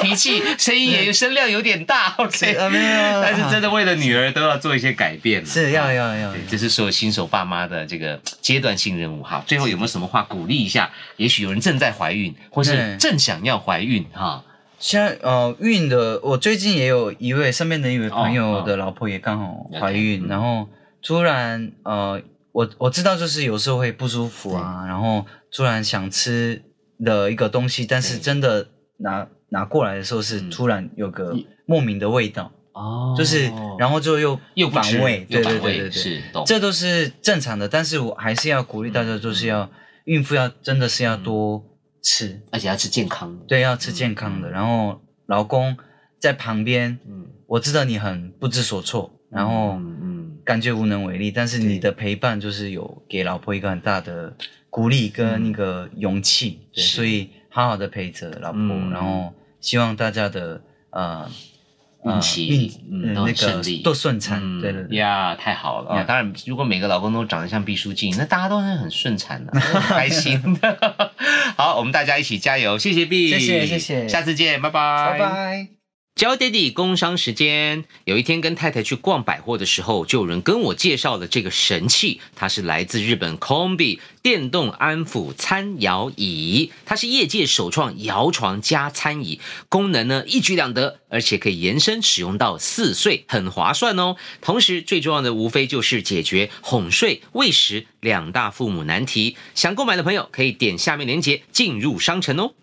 [SPEAKER 1] 脾气声音也声量有点大，OK，
[SPEAKER 2] 啊没有没有没有
[SPEAKER 1] 但是真的为了女儿都要做一些改变了，
[SPEAKER 2] 是要
[SPEAKER 1] 啊
[SPEAKER 2] 要要
[SPEAKER 1] 对，这是所有新手爸妈的这个阶段性任务哈。最后有没有什么话鼓励一下？也许有人正在怀孕，或是
[SPEAKER 2] 对
[SPEAKER 1] 正想要怀孕哈。
[SPEAKER 2] 现在呃孕的，我最近也有一位身边的一位朋
[SPEAKER 1] 哦
[SPEAKER 2] 友
[SPEAKER 1] 哦
[SPEAKER 2] 的老婆也刚好怀
[SPEAKER 1] OK，
[SPEAKER 2] 孕，
[SPEAKER 1] 嗯
[SPEAKER 2] 然后突然呃我我知道就是有时候会不舒服啊，然后突然想吃的一个东西，但是
[SPEAKER 1] 对
[SPEAKER 2] 真的拿拿过来的时候是
[SPEAKER 1] 嗯
[SPEAKER 2] 突然有个莫名的味道，
[SPEAKER 1] 哦
[SPEAKER 2] 就是然后就又
[SPEAKER 1] 又不
[SPEAKER 2] 反
[SPEAKER 1] 吃
[SPEAKER 2] 胃，
[SPEAKER 1] 又
[SPEAKER 2] 对
[SPEAKER 1] 反
[SPEAKER 2] 对
[SPEAKER 1] 胃，
[SPEAKER 2] 对对对，
[SPEAKER 1] 是懂。
[SPEAKER 2] 这都是正常的，但是我还是要鼓励大家，就是要、孕妇要真的是要多吃，
[SPEAKER 1] 而且要吃健康的。
[SPEAKER 2] 对，要吃健康的。
[SPEAKER 1] 嗯
[SPEAKER 2] 然后老公在旁边，
[SPEAKER 1] 嗯，
[SPEAKER 2] 我知道你很不知所措，然后
[SPEAKER 1] 嗯嗯
[SPEAKER 2] 感觉无能为力，但是你的陪伴就是有给老婆一个很大的鼓励跟那个勇气，对
[SPEAKER 1] 是
[SPEAKER 2] 所以好好的陪着老婆，
[SPEAKER 1] 嗯
[SPEAKER 2] 然后希望大家的呃呃
[SPEAKER 1] 运气嗯
[SPEAKER 2] 运
[SPEAKER 1] 都很
[SPEAKER 2] 那
[SPEAKER 1] 顺
[SPEAKER 2] 个
[SPEAKER 1] 利
[SPEAKER 2] 都顺产，
[SPEAKER 1] 嗯
[SPEAKER 2] 对对对。
[SPEAKER 1] 呀，太好了啊！
[SPEAKER 2] 呀
[SPEAKER 1] 当然，如果每个老公都长得像毕书尽，那大家都是很顺产 的，很开心的。好，我们大家一起加油，谢谢毕，
[SPEAKER 2] 谢谢谢谢
[SPEAKER 1] 下次见，拜
[SPEAKER 2] 拜拜。
[SPEAKER 1] 娇爹地工商时间，有一天跟太太去逛百货的时候，就有人跟我介绍了这个神器，它是来自日本 Combi 电动安抚餐摇椅，它是业界首创摇床加餐椅，功能呢一举两得，而且可以延伸使用到四岁，很划算哦。同时，最重要的无非就是解决哄睡、喂食两大父母难题。想购买的朋友可以点下面链接进入商城哦。